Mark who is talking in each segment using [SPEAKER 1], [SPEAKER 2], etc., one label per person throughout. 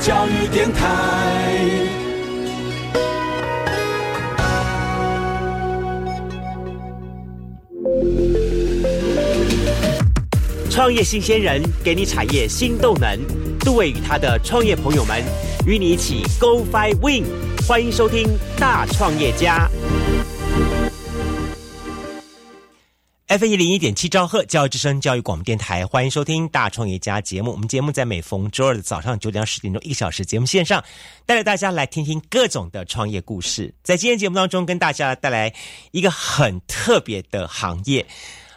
[SPEAKER 1] 教育电台。
[SPEAKER 2] 创业新鲜人给你产业新动能。杜伟与他的创业朋友们与你一起 Go Fly Win。欢迎收听《大创业家》。F 一零一点七兆赫教育之声教育广播电台，欢迎收听《大创业家》节目。我们节目在每逢周二的早上九点到十点钟一个小时节目线上，带着大家来听听各种的创业故事。在今天节目当中，跟大家带来一个很特别的行业。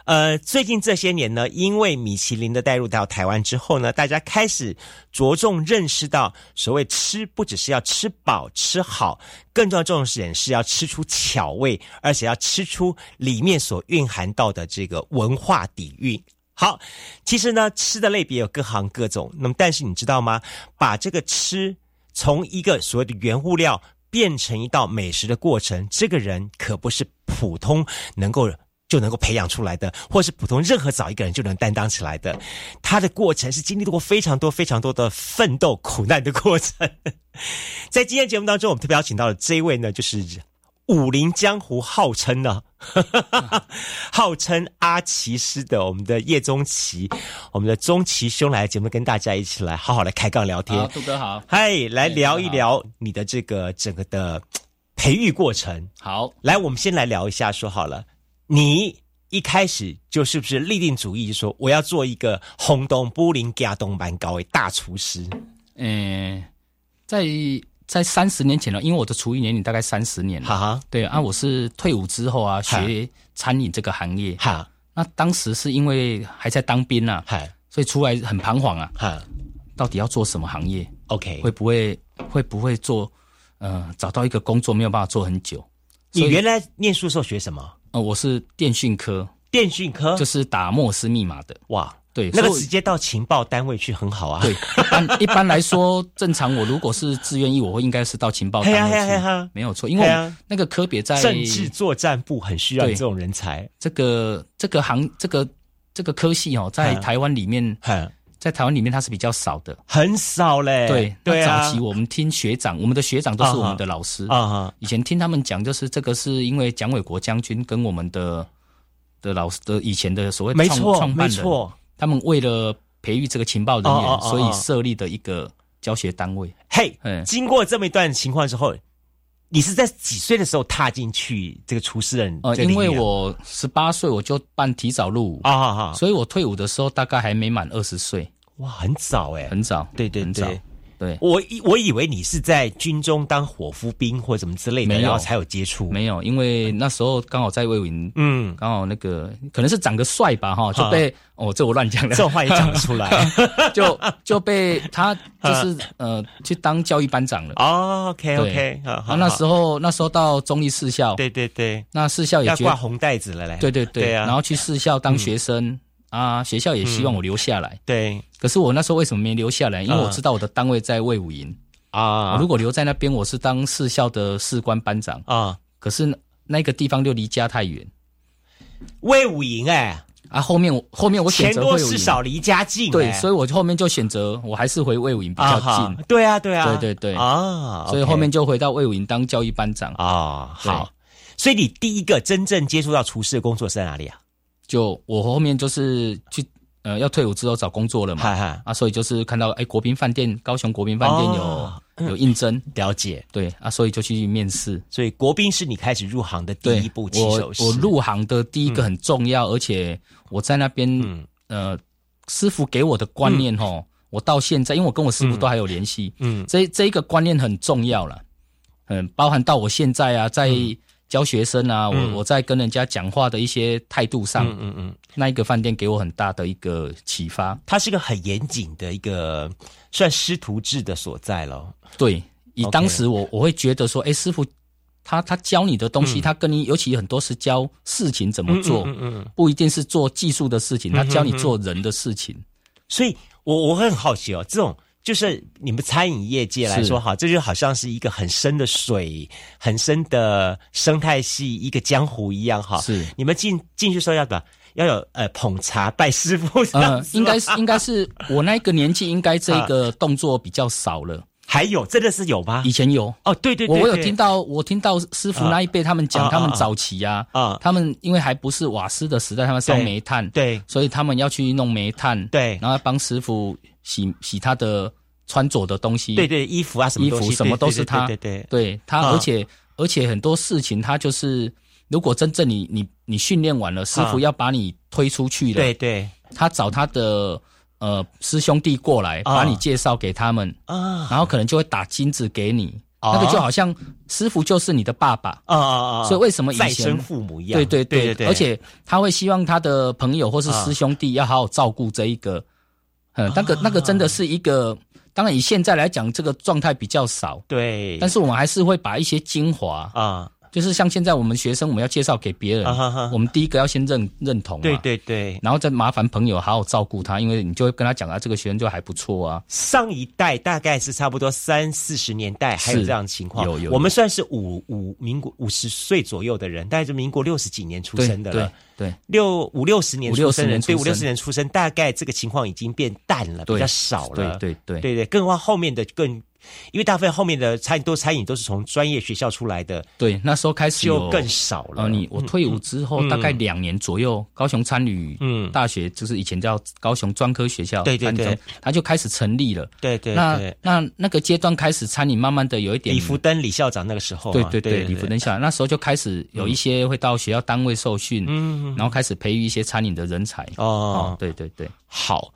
[SPEAKER 2] 呃，最近这些年呢，因为米其林的带入到台湾之后呢，大家开始着重认识到，所谓吃不只是要吃饱吃好，更重要重点是要吃出巧味，而且要吃出里面所蕴含到的这个文化底蕴。好，其实呢，吃的类别有各行各种。那么，但是你知道吗？把这个吃从一个所谓的原物料变成一道美食的过程，这个人可不是普通能够就能够培养出来的，或是普通任何找一个人就能担当起来的。他的过程是经历过非常多、非常多的奋斗、苦难的过程。在今天节目当中，我们特别邀请到的这一位呢，就是武林江湖号称呢、 号称阿奇师的我们的叶宗奇，我们的宗奇兄来节目跟大家一起来好好来开杠聊天
[SPEAKER 3] 好，。杜哥好，
[SPEAKER 2] 嗨，来聊一
[SPEAKER 3] 大
[SPEAKER 2] 聊你的这个整个的嘖培育过程。
[SPEAKER 3] 好，
[SPEAKER 2] 来，我们先来聊一下，说好了，你一开始就是不是立定主意，就说我要做一个轰动布林加东蛮高的大厨师？
[SPEAKER 3] 嗯、在在三十年前了，因为我的厨艺年龄大概三十年了，
[SPEAKER 2] 哈哈
[SPEAKER 3] 对啊，我是退伍之后啊，学餐饮这个行业，
[SPEAKER 2] 哈
[SPEAKER 3] 那当时是因为还在当兵啊，
[SPEAKER 2] 哈
[SPEAKER 3] 所以出来很彷徨啊，
[SPEAKER 2] 哈
[SPEAKER 3] 到底要做什么行业？
[SPEAKER 2] ，OK
[SPEAKER 3] 会。不会会不会做？呃，找到一个工作没有办法做很久，
[SPEAKER 2] 你
[SPEAKER 3] 所以
[SPEAKER 2] 原来念书的时候学什么？
[SPEAKER 3] 呃，我是电讯科，
[SPEAKER 2] 电讯科
[SPEAKER 3] 就？是打莫斯密码的，
[SPEAKER 2] 哇，
[SPEAKER 3] 对，
[SPEAKER 2] 那个
[SPEAKER 3] 所以
[SPEAKER 2] 直接到情报单位去很好啊。
[SPEAKER 3] 对，一般一般来说，正常我如果是自愿意，我会应该是到情报单
[SPEAKER 2] 嘿呀嘿呀
[SPEAKER 3] 位
[SPEAKER 2] 嘿呀
[SPEAKER 3] 去，没有错，因为我
[SPEAKER 2] 嘿呀
[SPEAKER 3] 们那个科别在
[SPEAKER 2] 政治作战部很需要你
[SPEAKER 3] 对
[SPEAKER 2] 这种人才。
[SPEAKER 3] 这个这个行这个这个科系哦，在
[SPEAKER 2] 嗯
[SPEAKER 3] 台湾里面，
[SPEAKER 2] 很
[SPEAKER 3] 在台湾里面它是比较少的。
[SPEAKER 2] 很少嘞。
[SPEAKER 3] 对，那
[SPEAKER 2] 对啊
[SPEAKER 3] 早期我们听学长，我们的学长都是我们的老师。
[SPEAKER 2] 啊哈，
[SPEAKER 3] 以前听他们讲，就是这个是因为蒋纬国将军跟我们的的老师的以前的所谓
[SPEAKER 2] 没
[SPEAKER 3] 创
[SPEAKER 2] 错
[SPEAKER 3] 创
[SPEAKER 2] 没
[SPEAKER 3] 办人，
[SPEAKER 2] 错。
[SPEAKER 3] 他们为了培育这个情报人
[SPEAKER 2] 哦哦
[SPEAKER 3] 员，
[SPEAKER 2] 哦
[SPEAKER 3] 所
[SPEAKER 2] 哦
[SPEAKER 3] 以设立的一个教学单位。
[SPEAKER 2] 嘿
[SPEAKER 3] 嗯，
[SPEAKER 2] 经过这么一段情况之后，你是在几岁的时候踏进去这个厨师人
[SPEAKER 3] 呃，
[SPEAKER 2] 这个
[SPEAKER 3] 因为
[SPEAKER 2] 领域啊
[SPEAKER 3] 我十八岁我就办提早入伍，
[SPEAKER 2] 啊哈哈，
[SPEAKER 3] 所以我退伍的时候大概还没满二十岁，
[SPEAKER 2] 哇，很早哎，
[SPEAKER 3] 很早。
[SPEAKER 2] 对对
[SPEAKER 3] 很早
[SPEAKER 2] 对。
[SPEAKER 3] 对，
[SPEAKER 2] 我以我以为你是在军中当伙夫兵或什么之类的，
[SPEAKER 3] 没有
[SPEAKER 2] 然后才有接触。
[SPEAKER 3] 没有，因为那时候刚好在魏武营，
[SPEAKER 2] 嗯，
[SPEAKER 3] 刚好那个可能是长得帅吧，哈，就被哦，这我乱讲的
[SPEAKER 2] 这，种话也讲不 出来
[SPEAKER 3] 就就被他就是呃去当教育班长了。
[SPEAKER 2] 哦 OK OK，
[SPEAKER 3] 啊，那时
[SPEAKER 2] 候
[SPEAKER 3] 候那时候到中立四校，
[SPEAKER 2] 对对对，
[SPEAKER 3] 那四校也
[SPEAKER 2] 要
[SPEAKER 3] 觉
[SPEAKER 2] 挂
[SPEAKER 3] 得
[SPEAKER 2] 红带子了嘞。
[SPEAKER 3] 对对
[SPEAKER 2] 对啊
[SPEAKER 3] 然后去四校当学生啊，学校也希望我留下来，
[SPEAKER 2] 对
[SPEAKER 3] 可是我那时候为什么没留下来？因为我
[SPEAKER 2] 嗯
[SPEAKER 3] 知道我的单位在魏武营。我
[SPEAKER 2] 啊
[SPEAKER 3] 如果留在那边，我是当市校的士官班长，
[SPEAKER 2] 啊，
[SPEAKER 3] 可是那个地方又离家太远
[SPEAKER 2] 魏武营哎，
[SPEAKER 3] 啊。后面我后面我选
[SPEAKER 2] 钱
[SPEAKER 3] 择
[SPEAKER 2] 多
[SPEAKER 3] 会有
[SPEAKER 2] 事少，离家近、
[SPEAKER 3] 对，所
[SPEAKER 2] 以
[SPEAKER 3] 以我就后面就选择我还是回魏武营比较近，
[SPEAKER 2] 对啊，对啊，
[SPEAKER 3] 对对对
[SPEAKER 2] 啊，
[SPEAKER 3] 所以
[SPEAKER 2] OK
[SPEAKER 3] 后面就回到魏武营当教育班长，
[SPEAKER 2] 啊，
[SPEAKER 3] 对
[SPEAKER 2] 好，所以你第一个真正接触到厨师的工作是在哪里啊？
[SPEAKER 3] 就我后面就是去呃要退伍之后找工作了嘛
[SPEAKER 2] 哈哈，
[SPEAKER 3] 啊，所以就是看到哎国宾饭店高雄国宾饭店有、
[SPEAKER 2] 哦
[SPEAKER 3] 有应征，
[SPEAKER 2] 了解。
[SPEAKER 3] 对啊，所以就去面试。
[SPEAKER 2] 所以国宾是你开始入行的第
[SPEAKER 3] 对，
[SPEAKER 2] 一步起手
[SPEAKER 3] 我
[SPEAKER 2] 式，
[SPEAKER 3] 我入行的第一个很重要，而且我在那边、
[SPEAKER 2] 嗯
[SPEAKER 3] 呃，师傅给我的观念哦，我到现在，因为我跟我师傅都还有联系，
[SPEAKER 2] 嗯
[SPEAKER 3] 这这一个观念很重要了，嗯，包含到我现在
[SPEAKER 2] 嗯
[SPEAKER 3] 啊，在教学生啊，我我在跟人家讲话的一些态度上，
[SPEAKER 2] 嗯嗯嗯，
[SPEAKER 3] 那一个饭店给我很大的一个启发，
[SPEAKER 2] 它是一个很严谨的一个算师徒制的所在咯。
[SPEAKER 3] 对，以
[SPEAKER 2] OK
[SPEAKER 3] 当时我我会觉得说，哎，师傅。他他教你的东西，他跟你尤其很多是教事情怎么做，
[SPEAKER 2] 嗯嗯，
[SPEAKER 3] 不一定是做技术的事情，他教你做人的事情。
[SPEAKER 2] 所以我我会很好奇哦，这种就是你们餐饮业界来说
[SPEAKER 3] 是
[SPEAKER 2] 哈，这就好像是一个很深的水、很深的生态系、一个江湖一样哈。
[SPEAKER 3] 是
[SPEAKER 2] 你们进进去时候要把要有呃捧茶拜师傅这样
[SPEAKER 3] 呃，
[SPEAKER 2] 子
[SPEAKER 3] 应
[SPEAKER 2] 吗，
[SPEAKER 3] 该是应该是我那个年纪，应该这个动作比较少了。
[SPEAKER 2] 还有真的是有吗
[SPEAKER 3] 以？前有，
[SPEAKER 2] 哦，对对对
[SPEAKER 3] 我我有
[SPEAKER 2] 对
[SPEAKER 3] 听到，我听到师傅
[SPEAKER 2] 啊
[SPEAKER 3] 那一辈他们
[SPEAKER 2] 啊
[SPEAKER 3] 讲，
[SPEAKER 2] 啊
[SPEAKER 3] 他们
[SPEAKER 2] 啊
[SPEAKER 3] 早期啊，
[SPEAKER 2] 啊
[SPEAKER 3] 他们因为还不是瓦斯的时代，他们烧
[SPEAKER 2] 对
[SPEAKER 3] 煤炭，
[SPEAKER 2] 对
[SPEAKER 3] 所以他们要去弄煤炭，
[SPEAKER 2] 对
[SPEAKER 3] 然后帮师傅洗洗他的穿着的东西，
[SPEAKER 2] 对对，衣服啊什么
[SPEAKER 3] 衣
[SPEAKER 2] 东
[SPEAKER 3] 服
[SPEAKER 2] 西
[SPEAKER 3] 什么
[SPEAKER 2] 对
[SPEAKER 3] 都
[SPEAKER 2] 对
[SPEAKER 3] 是
[SPEAKER 2] 对
[SPEAKER 3] 他
[SPEAKER 2] 对对对
[SPEAKER 3] 对他，
[SPEAKER 2] 啊
[SPEAKER 3] 而且而且很多事情他就是，如果真正你你你训练完了，师傅
[SPEAKER 2] 啊
[SPEAKER 3] 要把你推出去了
[SPEAKER 2] 对，对
[SPEAKER 3] 他找他的呃师兄弟过来，
[SPEAKER 2] 啊
[SPEAKER 3] 把你介绍给他们，
[SPEAKER 2] 啊
[SPEAKER 3] 然后可能就会打金子给你，
[SPEAKER 2] 啊
[SPEAKER 3] 那个就好像师傅就是你的爸爸
[SPEAKER 2] 啊，啊啊！
[SPEAKER 3] 所以为什么以
[SPEAKER 2] 再
[SPEAKER 3] 前
[SPEAKER 2] 生？父母一样？
[SPEAKER 3] 对对
[SPEAKER 2] 对啊
[SPEAKER 3] 对而且他会希望他的朋友或是师兄弟要好好照顾这一个，嗯，那个那个真的是一个，当然以现在来讲，这个状态比较少，
[SPEAKER 2] 对，
[SPEAKER 3] 但
[SPEAKER 2] 是
[SPEAKER 3] 是我们还是会把一些精华，
[SPEAKER 2] 啊
[SPEAKER 3] 就是像现在我们学生，我们要介绍给别人，
[SPEAKER 2] 啊哈哈
[SPEAKER 3] 我们第一个要先认认同嘛，
[SPEAKER 2] 对对对，
[SPEAKER 3] 然后再麻烦朋友好好照顾他，因为你就会跟他讲啊，这个学生就还不错啊，
[SPEAKER 2] 上一代大概是差不多三四十年代还有
[SPEAKER 3] 是
[SPEAKER 2] 这样的情况，
[SPEAKER 3] 有有
[SPEAKER 2] 我们算是五五民国五十岁左右的人，大概是民国六十几年出
[SPEAKER 3] 对
[SPEAKER 2] 生的
[SPEAKER 3] 对
[SPEAKER 2] 了，
[SPEAKER 3] 对
[SPEAKER 2] 六五六十年
[SPEAKER 3] 五
[SPEAKER 2] 出
[SPEAKER 3] 六
[SPEAKER 2] 生
[SPEAKER 3] 十
[SPEAKER 2] 人，
[SPEAKER 3] 年
[SPEAKER 2] 对
[SPEAKER 3] 出
[SPEAKER 2] 五六十
[SPEAKER 3] 生
[SPEAKER 2] 年出生，大概这个情况已经变淡了，比
[SPEAKER 3] 对
[SPEAKER 2] 较少了，
[SPEAKER 3] 对对对
[SPEAKER 2] 对对，更何况后面的更，因为大部分后面的餐多餐饮都是从专业学校出来的，
[SPEAKER 3] 对，那时候开始
[SPEAKER 2] 就
[SPEAKER 3] 有
[SPEAKER 2] 更少了。
[SPEAKER 3] 呃，你我退伍之后、
[SPEAKER 2] 嗯
[SPEAKER 3] 大概两年左右，高雄参旅
[SPEAKER 2] 嗯
[SPEAKER 3] 大学、就是以前叫高雄专科学校，
[SPEAKER 2] 对对
[SPEAKER 3] 参旅
[SPEAKER 2] 对
[SPEAKER 3] 中，它就开始成立了。
[SPEAKER 2] 对对
[SPEAKER 3] 那
[SPEAKER 2] 对，
[SPEAKER 3] 那那个阶段开始，餐饮慢慢的有一点
[SPEAKER 2] 李福登李校长那个时候嘛，
[SPEAKER 3] 对对对，
[SPEAKER 2] 对，
[SPEAKER 3] 礼服灯下来，那时候就开始有一些会到学校单位受训，嗯，然后开始培育一些餐饮的人才。
[SPEAKER 2] 哦，
[SPEAKER 3] 对对对，
[SPEAKER 2] 好，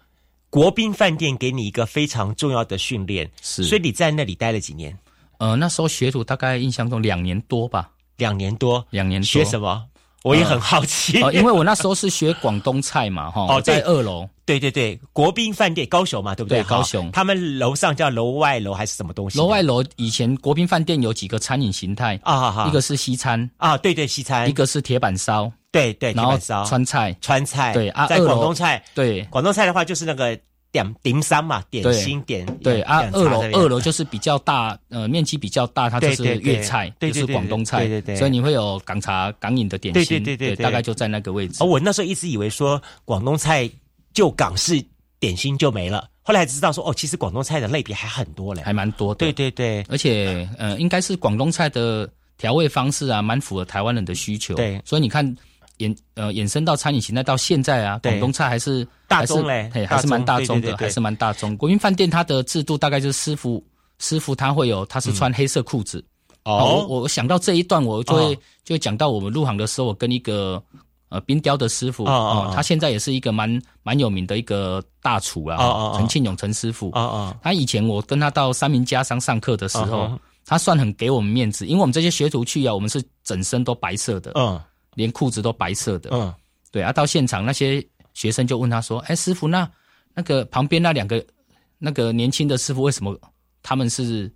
[SPEAKER 2] 国宾饭店给你一个非常重要的训练，
[SPEAKER 3] 是
[SPEAKER 2] 所以你在那里待了几年，
[SPEAKER 3] 呃，那时候学徒大概印象中两年多吧，
[SPEAKER 2] 两年多，
[SPEAKER 3] 两年多
[SPEAKER 2] 学什么？我也很好奇。
[SPEAKER 3] 呃，因为我那时候是学广东菜嘛，哈，
[SPEAKER 2] 哦
[SPEAKER 3] 我在
[SPEAKER 2] 对
[SPEAKER 3] 二楼，
[SPEAKER 2] 对对对，国宾饭店高雄嘛，对不对？
[SPEAKER 3] 对高
[SPEAKER 2] 好
[SPEAKER 3] 雄
[SPEAKER 2] 他们楼上叫楼外楼还是什么东西的？
[SPEAKER 3] 楼外楼以前国宾饭店有几个餐饮形态，
[SPEAKER 2] 啊哈哈，
[SPEAKER 3] 一个是西餐，
[SPEAKER 2] 啊，对对西餐
[SPEAKER 3] 一，个是铁板烧，
[SPEAKER 2] 对对，
[SPEAKER 3] 然
[SPEAKER 2] 哎铁
[SPEAKER 3] 后
[SPEAKER 2] 板烧哎
[SPEAKER 3] 川菜，
[SPEAKER 2] 川菜，
[SPEAKER 3] 对啊
[SPEAKER 2] 在
[SPEAKER 3] 二楼
[SPEAKER 2] 广东菜，
[SPEAKER 3] 对
[SPEAKER 2] 广东菜的话就是那个点顶三嘛，点心点
[SPEAKER 3] 对啊
[SPEAKER 2] 点，茶
[SPEAKER 3] 二楼
[SPEAKER 2] 之类的
[SPEAKER 3] 二楼就是比较大，呃，面积比较大，它就
[SPEAKER 2] 对
[SPEAKER 3] 是
[SPEAKER 2] 对对
[SPEAKER 3] 粤菜，
[SPEAKER 2] 对
[SPEAKER 3] 就
[SPEAKER 2] 对
[SPEAKER 3] 是
[SPEAKER 2] 对
[SPEAKER 3] 广东菜，
[SPEAKER 2] 对对对
[SPEAKER 3] 所以你会有港茶、港饮的点
[SPEAKER 2] 对
[SPEAKER 3] 心，
[SPEAKER 2] 对对对对
[SPEAKER 3] 大概就在那个位置
[SPEAKER 2] 哦，。我那时候一直以为说广东菜就港式点心就没了，后来才知道说哦，其实广东菜的类别还很多嘞。
[SPEAKER 3] 还蛮多的。
[SPEAKER 2] 对，对对
[SPEAKER 3] 而且呃，应该是广东菜的调味方式啊，蛮符合台湾人的需求。
[SPEAKER 2] 对
[SPEAKER 3] 所以你看。衍呃衍生到餐饮形态到现在啊，
[SPEAKER 2] 对
[SPEAKER 3] 广东菜还是
[SPEAKER 2] 大众
[SPEAKER 3] 还
[SPEAKER 2] 嘞
[SPEAKER 3] 是嘿
[SPEAKER 2] 大
[SPEAKER 3] 还是蛮
[SPEAKER 2] 众
[SPEAKER 3] 大
[SPEAKER 2] 对
[SPEAKER 3] 众
[SPEAKER 2] 对对
[SPEAKER 3] 的，
[SPEAKER 2] 对
[SPEAKER 3] 还是蛮大众。国民饭店它的制度大概就是师傅师傅他会有他是穿黑色裤子哦我我我想到这一段，我就会、
[SPEAKER 2] 哦
[SPEAKER 3] 就会讲到我们入行的时候，我跟一个呃冰雕的师傅
[SPEAKER 2] 哦哦哦
[SPEAKER 3] 他现在也是一个蛮蛮有名的一个大厨啊，
[SPEAKER 2] 哦哦哦
[SPEAKER 3] 陈庆勇陈师傅
[SPEAKER 2] 哦哦
[SPEAKER 3] 他以前我跟他到三明家商上课的时候
[SPEAKER 2] 嗯哼
[SPEAKER 3] 他算很给我们面子，因为我们这些学徒去啊，我们是整身都白色的，
[SPEAKER 2] 嗯
[SPEAKER 3] 连裤子都白色的。
[SPEAKER 2] 嗯
[SPEAKER 3] 对啊，到现场那些学生就问他说：“哎，师傅，那那个旁边那两个那个年轻的师傅，为什么他们是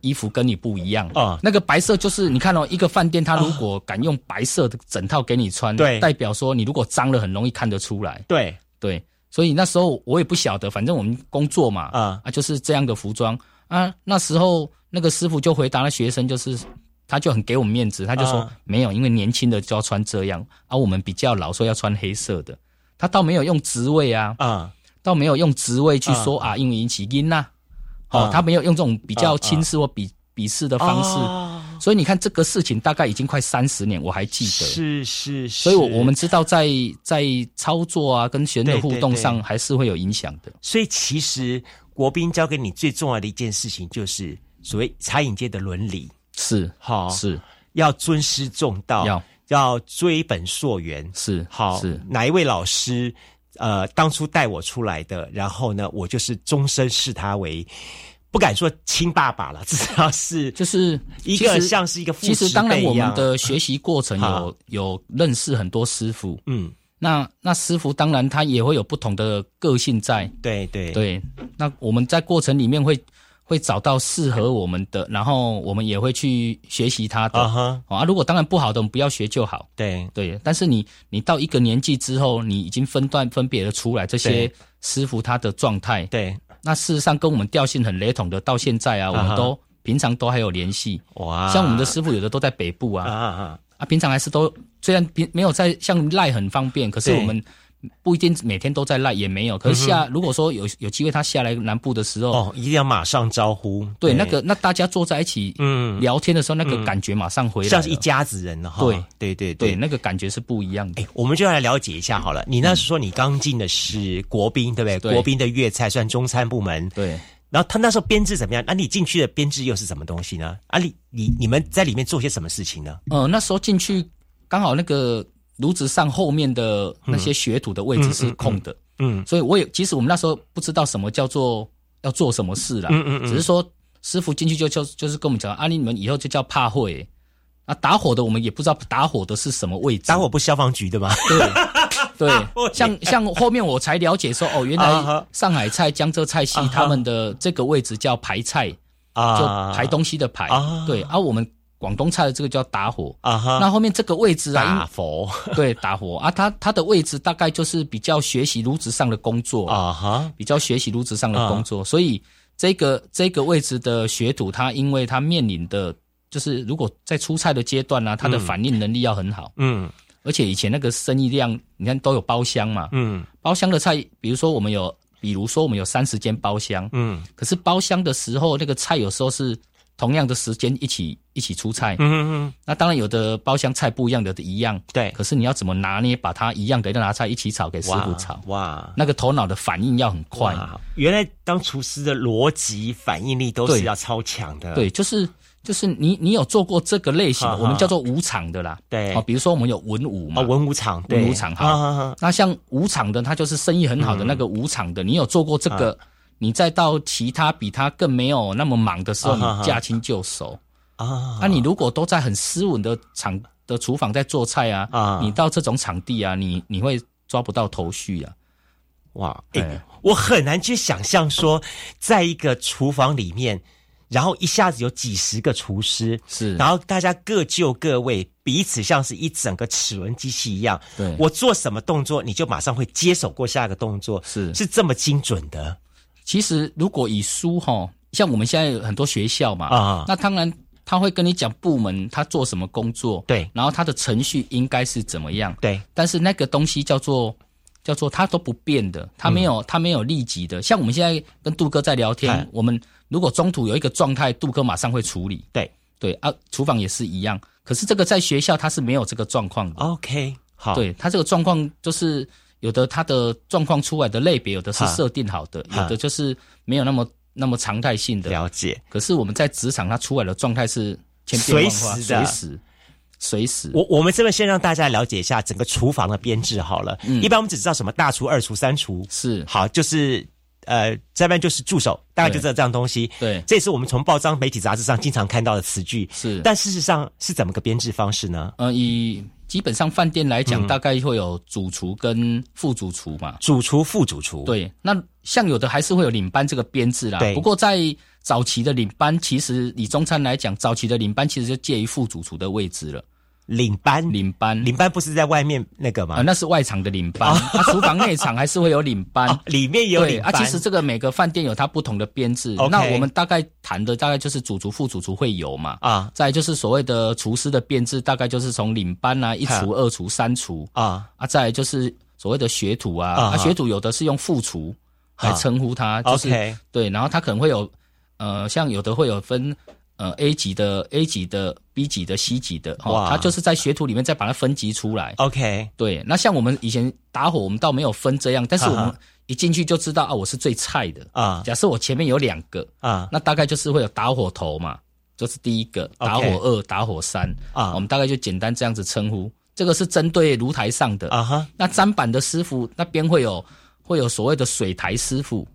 [SPEAKER 3] 衣服跟你不一样？”
[SPEAKER 2] 啊
[SPEAKER 3] 那个白色就是你看哦，一个饭店他如果敢用白色的整套给你穿，
[SPEAKER 2] 哦对
[SPEAKER 3] 代表说你如果脏了，很容易看得出来。
[SPEAKER 2] 对
[SPEAKER 3] 对，所以那时候我也不晓得，反正我们工作嘛，
[SPEAKER 2] 啊
[SPEAKER 3] 啊就是这样的服装啊。那时候那个师傅就回答那学生，就是他就很给我们面子，他就说、
[SPEAKER 2] 啊
[SPEAKER 3] 没有，因为年轻的就要穿这样，而、我们比较老，所以要穿黑色的。他倒没有用职位啊，
[SPEAKER 2] 啊
[SPEAKER 3] 倒没有用职位去说啊，因为引起因呐，哦
[SPEAKER 2] 啊，
[SPEAKER 3] 他没有用这种比较轻视或鄙鄙视的方式。
[SPEAKER 2] 哦
[SPEAKER 3] 所以你看，这个事情大概已经快三十年，我还记得。
[SPEAKER 2] 是是是，
[SPEAKER 3] 所以我，我们知道在在操作啊，跟学生的
[SPEAKER 2] 对对
[SPEAKER 3] 互动
[SPEAKER 2] 对
[SPEAKER 3] 上还是会有影响的。
[SPEAKER 2] 所以其实国宾教给你最重要的一件事情就是所谓餐饮界的伦理，
[SPEAKER 3] 是，
[SPEAKER 2] 好
[SPEAKER 3] 是，
[SPEAKER 2] 要尊师重道，
[SPEAKER 3] 要
[SPEAKER 2] 要追本溯源，
[SPEAKER 3] 是，
[SPEAKER 2] 好，
[SPEAKER 3] 是，
[SPEAKER 2] 哪一位老师，呃，当初带我出来的，然后呢，我就是终身视他为，不敢说亲爸爸了，至少是
[SPEAKER 3] 就是
[SPEAKER 2] 一
[SPEAKER 3] 其
[SPEAKER 2] 个
[SPEAKER 3] 实
[SPEAKER 2] 像是一个父
[SPEAKER 3] 其实
[SPEAKER 2] 职
[SPEAKER 3] 当然，
[SPEAKER 2] 辈一
[SPEAKER 3] 我们
[SPEAKER 2] 样
[SPEAKER 3] 的学习过程
[SPEAKER 2] 好
[SPEAKER 3] 有有认识很多师傅，
[SPEAKER 2] 嗯，
[SPEAKER 3] 那那师傅当然他也会有不同的个性在，
[SPEAKER 2] 对对
[SPEAKER 3] 对，那我们在过程里面会会找到适合我们的，然后我们也会去学习他的
[SPEAKER 2] 啊哈，
[SPEAKER 3] 哦啊。如果当然不好的，我们不要学就好。
[SPEAKER 2] 对
[SPEAKER 3] 对，但是你你到一个年纪之后，你已经分段分别的出来这些
[SPEAKER 2] 对
[SPEAKER 3] 师傅他的状态，
[SPEAKER 2] 对，
[SPEAKER 3] 那事实上跟我们调性很雷同的，到现在啊，我
[SPEAKER 2] 啊哈
[SPEAKER 3] 们都平常都还有联系。
[SPEAKER 2] 哇，
[SPEAKER 3] 像我们的师傅有的都在北部
[SPEAKER 2] 啊
[SPEAKER 3] 啊，
[SPEAKER 2] 啊啊，
[SPEAKER 3] 啊，平常还是都虽然平没有在像赖很方便，可是
[SPEAKER 2] 对嗯
[SPEAKER 3] 我们不一定每天都在赖，也没有。可是下、如果说有有机会他下来南部的时候，
[SPEAKER 2] 哦，一定要马上招呼。哎
[SPEAKER 3] 对那个那大家坐在一起
[SPEAKER 2] 嗯，
[SPEAKER 3] 聊天的时候，那个感觉马上回来
[SPEAKER 2] 像
[SPEAKER 3] 了，
[SPEAKER 2] 是一家子人了哈。
[SPEAKER 3] 对
[SPEAKER 2] 对对
[SPEAKER 3] 对，那个感觉是不一样的。
[SPEAKER 2] 哎，我们就来了解一下好了。你那时候你刚进的是国宾，对不对？
[SPEAKER 3] 嗯对
[SPEAKER 2] 国宾的粤菜算中餐部门，
[SPEAKER 3] 对，
[SPEAKER 2] 然后他那时候编制怎么样？那、你进去的编制又是什么东西呢？啊，你你你们在里面做些什么事情呢？
[SPEAKER 3] 呃，那时候进去刚好那个炉子上后面的那些学徒的位置是空的，
[SPEAKER 2] 嗯
[SPEAKER 3] 所以我也其实我们那时候不知道什么叫做要做什么事啦，
[SPEAKER 2] 嗯嗯嗯
[SPEAKER 3] 只是说师傅进去就就就是跟我们讲，啊，你们以后就叫怕会。啊，打火的我们也不知道打火的是什么位置，
[SPEAKER 2] 打火不消防局的吗？
[SPEAKER 3] 对，像像后面我才了解说，哦，原
[SPEAKER 2] 啊哈
[SPEAKER 3] 来上海菜、江浙菜系
[SPEAKER 2] 啊哈
[SPEAKER 3] 他们的这个位置叫排菜，就
[SPEAKER 2] 啊，
[SPEAKER 3] 排东西的排
[SPEAKER 2] 啊，
[SPEAKER 3] 对，而我们广东菜的这个叫打火。
[SPEAKER 2] 啊哈，
[SPEAKER 3] 那后面这个位置
[SPEAKER 2] 打
[SPEAKER 3] 啊，
[SPEAKER 2] 佛
[SPEAKER 3] 因对，打火啊，它它的位置大概就是比较学习炉子上的工作
[SPEAKER 2] 啊哈，
[SPEAKER 3] 比较学习炉子上
[SPEAKER 2] 啊
[SPEAKER 3] 的工作，所以这个这个位置的学徒，他因为他面临的就是如果在出菜的阶段呢、他的反应能力要很好，
[SPEAKER 2] 嗯
[SPEAKER 3] 而且以前那个生意量，你看都有包厢嘛，
[SPEAKER 2] 嗯
[SPEAKER 3] 包厢的菜，比如说我们有，比如说我们有三十间包厢，
[SPEAKER 2] 嗯
[SPEAKER 3] 可是包厢的时候那个菜有时候是同样的时间一起一起出菜，
[SPEAKER 2] 嗯嗯，
[SPEAKER 3] 那当然有的包厢菜不一样，有的一样，
[SPEAKER 2] 对，
[SPEAKER 3] 可是你要怎么拿捏，把它一样的拿菜一起炒给师傅炒，
[SPEAKER 2] 哇，
[SPEAKER 3] 那个头脑的反应要很快。
[SPEAKER 2] 哇原来当厨师的逻辑反应力都是要超强的，
[SPEAKER 3] 对，就是就是你你有做过这个类型的，
[SPEAKER 2] 嗯哈哈
[SPEAKER 3] 我们叫做舞场的啦。
[SPEAKER 2] 对
[SPEAKER 3] 哦，比如说我们有文武嘛，
[SPEAKER 2] 啊，文武场，对
[SPEAKER 3] 文武场哈
[SPEAKER 2] 啊哈哈
[SPEAKER 3] 那像舞场的，他就是生意很好的
[SPEAKER 2] 嗯
[SPEAKER 3] 那个舞场的，你有做过这个，你再到其他比他更没有那么忙的时候，
[SPEAKER 2] 啊哈哈
[SPEAKER 3] 你驾轻就熟。
[SPEAKER 2] 啊
[SPEAKER 3] 那、你如果都在很斯文的场的厨房在做菜啊，
[SPEAKER 2] 啊
[SPEAKER 3] 你到这种场地啊，你你会抓不到头绪啊。
[SPEAKER 2] 哇，哎、
[SPEAKER 3] 哎
[SPEAKER 2] 我很难去想象说，在一个厨房里面，然后一下子有几十个厨师，
[SPEAKER 3] 是
[SPEAKER 2] 然后大家各就各位，彼此像是一整个齿轮机器一样。
[SPEAKER 3] 对
[SPEAKER 2] 我做什么动作，你就马上会接手过下一个动作，
[SPEAKER 3] 是
[SPEAKER 2] 是这么精准的
[SPEAKER 3] 其实如果以书哈，像我们现在有很多学校嘛，
[SPEAKER 2] 啊
[SPEAKER 3] 那当然他会跟你讲部门他做什么工作，
[SPEAKER 2] 对
[SPEAKER 3] 然后他的程序应该是怎么样，
[SPEAKER 2] 对，
[SPEAKER 3] 但是那个东西叫做叫做它都不变的，它没有、它没有立即的。像我们现在跟杜哥在聊
[SPEAKER 2] 嗯哎
[SPEAKER 3] 天，我们如果中途有一个状态，杜哥马上会处理。
[SPEAKER 2] 对
[SPEAKER 3] 对啊，厨房也是一样。可是这个在学校它是没有这个状况的，
[SPEAKER 2] 哦，OK，好，
[SPEAKER 3] 对它这个状况就是有的它的状况出来的类别，有的是设定好的，
[SPEAKER 2] 哈
[SPEAKER 3] 有的就是没有那么那么常态性的。
[SPEAKER 2] 了解。
[SPEAKER 3] 可是我们在职场，它出来的状态是千变万化，
[SPEAKER 2] 随时的
[SPEAKER 3] 随时，随时。
[SPEAKER 2] 我我们这边先让大家了解一下整个厨房的编制好了。一般我们只知道什么大厨、二厨、三厨，
[SPEAKER 3] 嗯是
[SPEAKER 2] 好，就是呃，这边就是助手，大概就这这样东西。
[SPEAKER 3] 对
[SPEAKER 2] 这也是我们从报章、媒体、杂志上经常看到的词句。
[SPEAKER 3] 是，
[SPEAKER 2] 但事实上是怎么个编制方式呢？
[SPEAKER 3] 呃，以基本上饭店来
[SPEAKER 2] 嗯
[SPEAKER 3] 讲，大概会有主厨跟副主厨嘛。
[SPEAKER 2] 主厨、副主厨，，
[SPEAKER 3] 对，那像有的还是会有领班这个编制啦
[SPEAKER 2] 哦对。
[SPEAKER 3] 不过在早期的领班，其实以中餐来讲，早期的领班其实就介于副主厨的位置了。
[SPEAKER 2] 领班，
[SPEAKER 3] 领班
[SPEAKER 2] 领班不哦是在外面那个
[SPEAKER 3] 啊、
[SPEAKER 2] 吗？
[SPEAKER 3] 那是外场的领班，啊，厨房内场还是会有领 班。
[SPEAKER 2] 啊，里面也有
[SPEAKER 3] 对
[SPEAKER 2] 领
[SPEAKER 3] 啊，
[SPEAKER 2] 班。
[SPEAKER 3] 其实这个每个饭店有它不同的编制。
[SPEAKER 2] OK
[SPEAKER 3] 那我们大概谈的大概就是主厨、副主厨会有嘛。
[SPEAKER 2] 啊
[SPEAKER 3] 再来就是所谓的厨师的编制，大概就是从领班啊、一厨、二厨、三厨
[SPEAKER 2] 啊
[SPEAKER 3] 啊，再来就是所谓的学徒啊，
[SPEAKER 2] 啊
[SPEAKER 3] 啊，学徒有的是用副厨来称呼他，就是、
[SPEAKER 2] ，OK，
[SPEAKER 3] 对，然后他可能会有呃，像有的会有分呃 A 级的、A 级的、B 级的、C 级的，哦
[SPEAKER 2] 哇，
[SPEAKER 3] 他就是在学徒里面再把它分级出来。
[SPEAKER 2] OK，
[SPEAKER 3] 对，那像我们以前打火，我们倒没有分这样，但是我
[SPEAKER 2] 啊
[SPEAKER 3] 们一进去就知道啊，我是最菜的。
[SPEAKER 2] 啊
[SPEAKER 3] 假设我前面有两个，
[SPEAKER 2] 啊
[SPEAKER 3] 那大概就是会有打火头嘛，就是第一个
[SPEAKER 2] OK
[SPEAKER 3] 打火二、打火三
[SPEAKER 2] 啊
[SPEAKER 3] 我们大概就简单这样子称呼。这个是针对炉台上的
[SPEAKER 2] 啊哈，
[SPEAKER 3] 那砧板的师傅那边会有会有所谓的水台师 傅，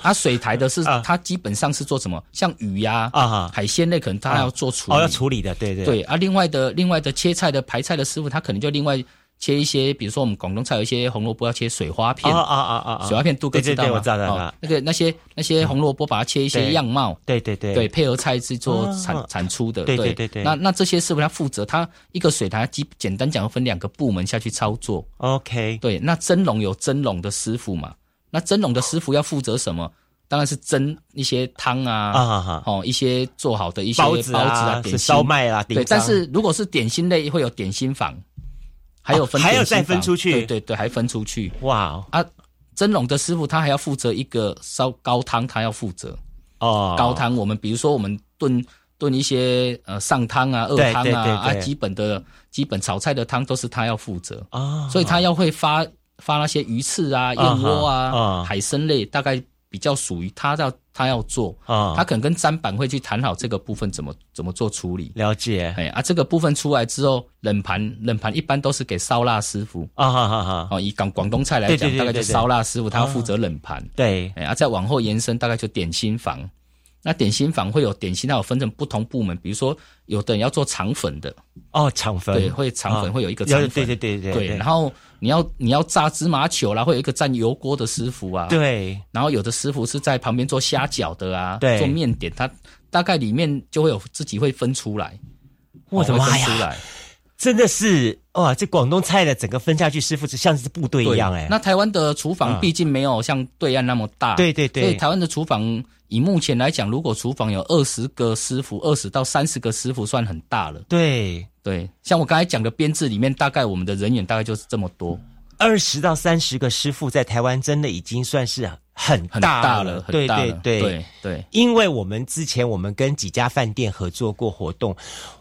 [SPEAKER 3] 他水台的是、
[SPEAKER 2] 啊
[SPEAKER 3] 他基本上是做什么？像鱼呀、
[SPEAKER 2] 啊哈
[SPEAKER 3] 海鲜类可能他要做处理，
[SPEAKER 2] 哦，要处理的，对对
[SPEAKER 3] 对啊。另外的另外的切菜的排菜的师傅，他可能就另外切一些，比如说我们广东菜有一些红萝卜要切水花片，
[SPEAKER 2] 啊啊啊啊啊，
[SPEAKER 3] 水花片杜哥
[SPEAKER 2] 对对
[SPEAKER 3] 知道
[SPEAKER 2] 对，
[SPEAKER 3] 吗？
[SPEAKER 2] 我知道的，知道
[SPEAKER 3] 哦那个那些那些红萝卜把它切一
[SPEAKER 2] 对
[SPEAKER 3] 些样貌。
[SPEAKER 2] 对对对
[SPEAKER 3] 对，配合菜制作
[SPEAKER 2] 啊
[SPEAKER 3] 产、产出的，
[SPEAKER 2] 对对对对
[SPEAKER 3] 那那这些师傅他负责，他一个水台基简单讲分两个部门下去操作，
[SPEAKER 2] ，OK，
[SPEAKER 3] 对，那蒸笼有蒸笼的师傅嘛？那蒸笼的师傅要负责什么？当然是蒸一些汤啊，
[SPEAKER 2] 啊哈，
[SPEAKER 3] 哦，一些做好的一些
[SPEAKER 2] 包
[SPEAKER 3] 子
[SPEAKER 2] 子啊，
[SPEAKER 3] 点
[SPEAKER 2] 是
[SPEAKER 3] 心
[SPEAKER 2] 烧麦啦，
[SPEAKER 3] 对，
[SPEAKER 2] 顶章
[SPEAKER 3] 但是如果是点心类，会有点心房还有分、
[SPEAKER 2] 哦还有再分出去
[SPEAKER 3] 对对对，还分出去
[SPEAKER 2] 哇
[SPEAKER 3] 啊。蒸笼的师傅他还要负责一个烧高汤，他要负责
[SPEAKER 2] 哦，
[SPEAKER 3] 高汤。我们比如说我们炖炖一些呃上汤啊、二汤啊
[SPEAKER 2] 对对对
[SPEAKER 3] 啊，
[SPEAKER 2] 对
[SPEAKER 3] 基本的基本炒菜的汤都是他要负责，
[SPEAKER 2] 啊，
[SPEAKER 3] 所以他要会发发那些鱼翅啊、燕窝啊、
[SPEAKER 2] 啊哈
[SPEAKER 3] 海参类，大概比较属于他要他要做。
[SPEAKER 2] 啊，
[SPEAKER 3] 他可能跟砧板会去谈好这个部分怎么怎么做处理，
[SPEAKER 2] 了解
[SPEAKER 3] 哎啊，这个部分出来之后，冷盘冷盘一般都是给烧腊师傅
[SPEAKER 2] 啊哈哈哈，
[SPEAKER 3] 哦，以广广东菜来
[SPEAKER 2] 对
[SPEAKER 3] 讲，
[SPEAKER 2] 对对
[SPEAKER 3] 大概
[SPEAKER 2] 对
[SPEAKER 3] 就
[SPEAKER 2] 对
[SPEAKER 3] 烧腊师傅他要负责冷盘，
[SPEAKER 2] 对
[SPEAKER 3] 哎啊，再往后延伸大概就点心房。那点心房会有点心，它有分成不同部门，比如说有的人要做肠粉的，
[SPEAKER 2] 哦，肠粉
[SPEAKER 3] 对，会肠粉、
[SPEAKER 2] 啊
[SPEAKER 3] 会有一个肠
[SPEAKER 2] 有
[SPEAKER 3] 粉，
[SPEAKER 2] 对对对对
[SPEAKER 3] 对，然后你要你要炸芝麻球啦，会有一个蘸油锅的师傅啊，
[SPEAKER 2] 对
[SPEAKER 3] 然后有的师傅是在旁边做虾饺的啊，
[SPEAKER 2] 对
[SPEAKER 3] 做面点，他大概里面就会有自己会分出来，
[SPEAKER 2] 我的
[SPEAKER 3] 哦会
[SPEAKER 2] 妈
[SPEAKER 3] 分
[SPEAKER 2] 呀
[SPEAKER 3] 出来
[SPEAKER 2] 真的是哇，这广东菜的整个分下去，师傅就像是部队一样哎，
[SPEAKER 3] 那台湾的厨
[SPEAKER 2] 嗯
[SPEAKER 3] 房毕竟没有像对岸那么大，
[SPEAKER 2] 对对对
[SPEAKER 3] 所以台湾的厨房以目前来讲，如果厨房有二十个师傅，二十到三十个师傅算很大了。
[SPEAKER 2] 对。
[SPEAKER 3] 对，像我刚才讲的编制里面，大概我们的人员大概就是这么多，
[SPEAKER 2] 二十到三十个师傅在台湾真的已经算是很
[SPEAKER 3] 很
[SPEAKER 2] 大
[SPEAKER 3] 了，很
[SPEAKER 2] 对
[SPEAKER 3] 大
[SPEAKER 2] 对
[SPEAKER 3] 了，
[SPEAKER 2] 对
[SPEAKER 3] 对对
[SPEAKER 2] 因为我们之前我们跟几家饭店合作过活动，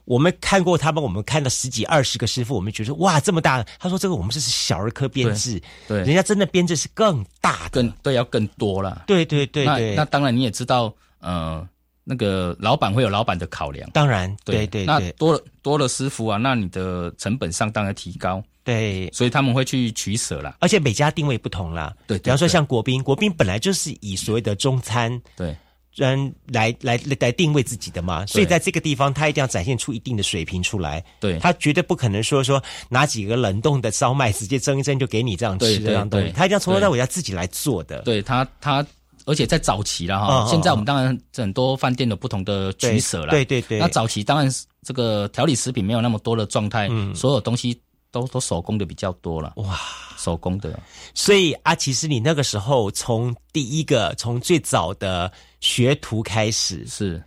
[SPEAKER 2] 我们看过他们，我们看到十几二十个师傅，我们觉得哇这么大，他说这个我们是小儿科编制，
[SPEAKER 3] 对
[SPEAKER 2] 人家真的编制是更大的，
[SPEAKER 3] 更对要更多了。
[SPEAKER 2] 对对对对，
[SPEAKER 3] 那那当然你也知道，呃，那个老板会有老板的考量。
[SPEAKER 2] 当然对对
[SPEAKER 3] 那
[SPEAKER 2] 对
[SPEAKER 3] 多了多了师傅啊，那你的成本上当然提高，
[SPEAKER 2] 对，
[SPEAKER 3] 所以他们会去取舍啦。
[SPEAKER 2] 而且每家定位不同啦，
[SPEAKER 3] 对对
[SPEAKER 2] 比方说
[SPEAKER 3] 对
[SPEAKER 2] 像国宾，国宾本来就是以所谓的中餐。
[SPEAKER 3] 对
[SPEAKER 2] 嗯，来来来定位自己的嘛，所以在这个地方，他一定要展现出一定的水平出来。
[SPEAKER 3] 对
[SPEAKER 2] 他绝对不可能说说拿几个冷冻的烧麦直接蒸一蒸就给你这样吃
[SPEAKER 3] 对
[SPEAKER 2] 这样
[SPEAKER 3] 对
[SPEAKER 2] 东西，
[SPEAKER 3] 对
[SPEAKER 2] 他一定要从头到尾要自己来做的。
[SPEAKER 3] 对他他，而且在早期了
[SPEAKER 2] 嗯
[SPEAKER 3] 哈，
[SPEAKER 2] 嗯
[SPEAKER 3] 现在我们当然很多饭店有不同的取舍啦。
[SPEAKER 2] 对对对，
[SPEAKER 3] 那早期当然是这个调理食品没有那么多的状态，所有东西都都手工的比较多了，
[SPEAKER 2] 嗯哇，
[SPEAKER 3] 手工的。
[SPEAKER 2] 所以啊，其实你那个时候从第一个从最早的学徒开始，
[SPEAKER 3] 是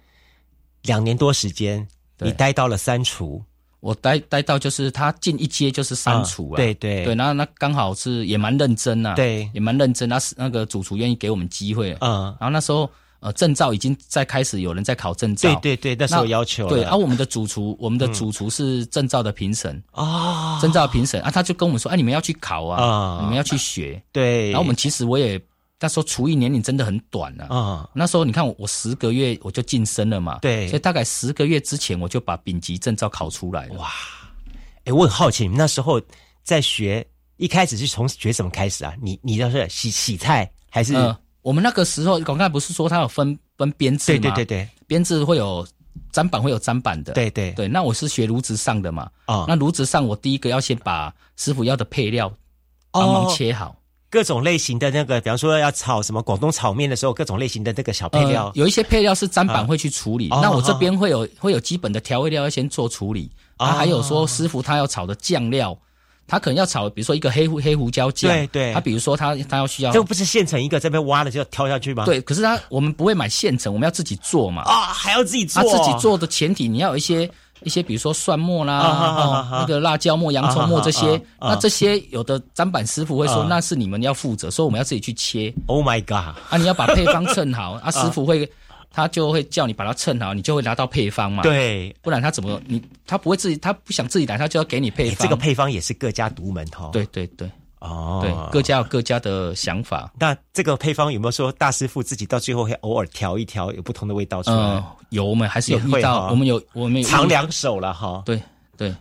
[SPEAKER 2] 两年多时间，
[SPEAKER 3] 对
[SPEAKER 2] 你待到了三厨，
[SPEAKER 3] 我待待到就是他进一阶就是三厨啊，
[SPEAKER 2] 嗯对对
[SPEAKER 3] 对，那那刚好是也蛮认真啊，
[SPEAKER 2] 对
[SPEAKER 3] 也蛮认真。那是那个主厨愿意给我们机会，
[SPEAKER 2] 嗯，
[SPEAKER 3] 然后那时候呃证照已经在开始有人在考证照
[SPEAKER 2] 对，对对，那时候有要求
[SPEAKER 3] 对
[SPEAKER 2] 了嗯
[SPEAKER 3] 啊，我们的主厨我们的主厨是证照的评审，
[SPEAKER 2] 啊，
[SPEAKER 3] 证照评审啊，他就跟我们说，哎、你们要去考啊，
[SPEAKER 2] 啊
[SPEAKER 3] 你们要去学。
[SPEAKER 2] 对，
[SPEAKER 3] 然后我们其实我也那时候厨艺年龄真的很短啊。
[SPEAKER 2] 啊，
[SPEAKER 3] 那时候你看我，我十个月我就晋升了嘛，
[SPEAKER 2] 对
[SPEAKER 3] 所以大概十个月之前我就把丙级证照考出来了。哇，
[SPEAKER 2] 哎，我很好奇，你们那时候在学，一开始是从学什么开始啊？你你那是洗洗菜还是？
[SPEAKER 3] 呃，我们那个时候广告不是说它有分分编制
[SPEAKER 2] 对
[SPEAKER 3] 吗？
[SPEAKER 2] 对对对
[SPEAKER 3] 编制会有砧板会有砧板的，
[SPEAKER 2] 对对
[SPEAKER 3] 对。哦那我是学炉子上的嘛，
[SPEAKER 2] 啊
[SPEAKER 3] 那炉子上我第一个要先把师傅要的配料帮
[SPEAKER 2] 哦
[SPEAKER 3] 忙切好。
[SPEAKER 2] 各种类型的那个，比方说要炒什么广东炒面的时候，各种类型的那个小配料
[SPEAKER 3] 呃，有一些配料是砧板会去处理，
[SPEAKER 2] 啊
[SPEAKER 3] 那我这边会有会有基本的调味料要先做处理，
[SPEAKER 2] 哦
[SPEAKER 3] 啊，还有说师傅他要炒的酱料，他可能要炒，比如说一个黑胡黑胡椒酱，
[SPEAKER 2] 对对
[SPEAKER 3] 他比如说他他要需要
[SPEAKER 2] 这个，不是现成一个这边挖了就挑下去吗？
[SPEAKER 3] 对，可是他我们不会买现成，我们要自己做嘛，
[SPEAKER 2] 啊，还要自己做，
[SPEAKER 3] 啊，自己做的前提你要有一些一些，比如说蒜末啦，
[SPEAKER 2] 啊哈哈哈
[SPEAKER 3] 哦
[SPEAKER 2] 哈
[SPEAKER 3] 那个辣椒末、洋葱末
[SPEAKER 2] 啊哈哈
[SPEAKER 3] 这些，
[SPEAKER 2] 啊啊
[SPEAKER 3] 那这些有的砧板师傅会说
[SPEAKER 2] 啊
[SPEAKER 3] 那是你们要负责，所以我们要自己去切，
[SPEAKER 2] ，Oh my god！
[SPEAKER 3] 啊，你要把配方称 好，啊，师傅会。他就会叫你把它称好，你就会拿到配方嘛。
[SPEAKER 2] 对，
[SPEAKER 3] 不然他怎么你他不会自己，他不想自己来，他就要给你配
[SPEAKER 2] 诶
[SPEAKER 3] 方。
[SPEAKER 2] 哎这个配方也是各家独门哦。
[SPEAKER 3] 对对对
[SPEAKER 2] 哦，
[SPEAKER 3] 对，各家有各家的想法。
[SPEAKER 2] 那这个配方有没有说大师傅自己到最后会偶尔调一调，有不同的味道出来？
[SPEAKER 3] 嗯，有我们还是有
[SPEAKER 2] 也会
[SPEAKER 3] 遇到，
[SPEAKER 2] 哈
[SPEAKER 3] 我们有我们有遇
[SPEAKER 2] 尝。两手了哈。
[SPEAKER 3] 对对，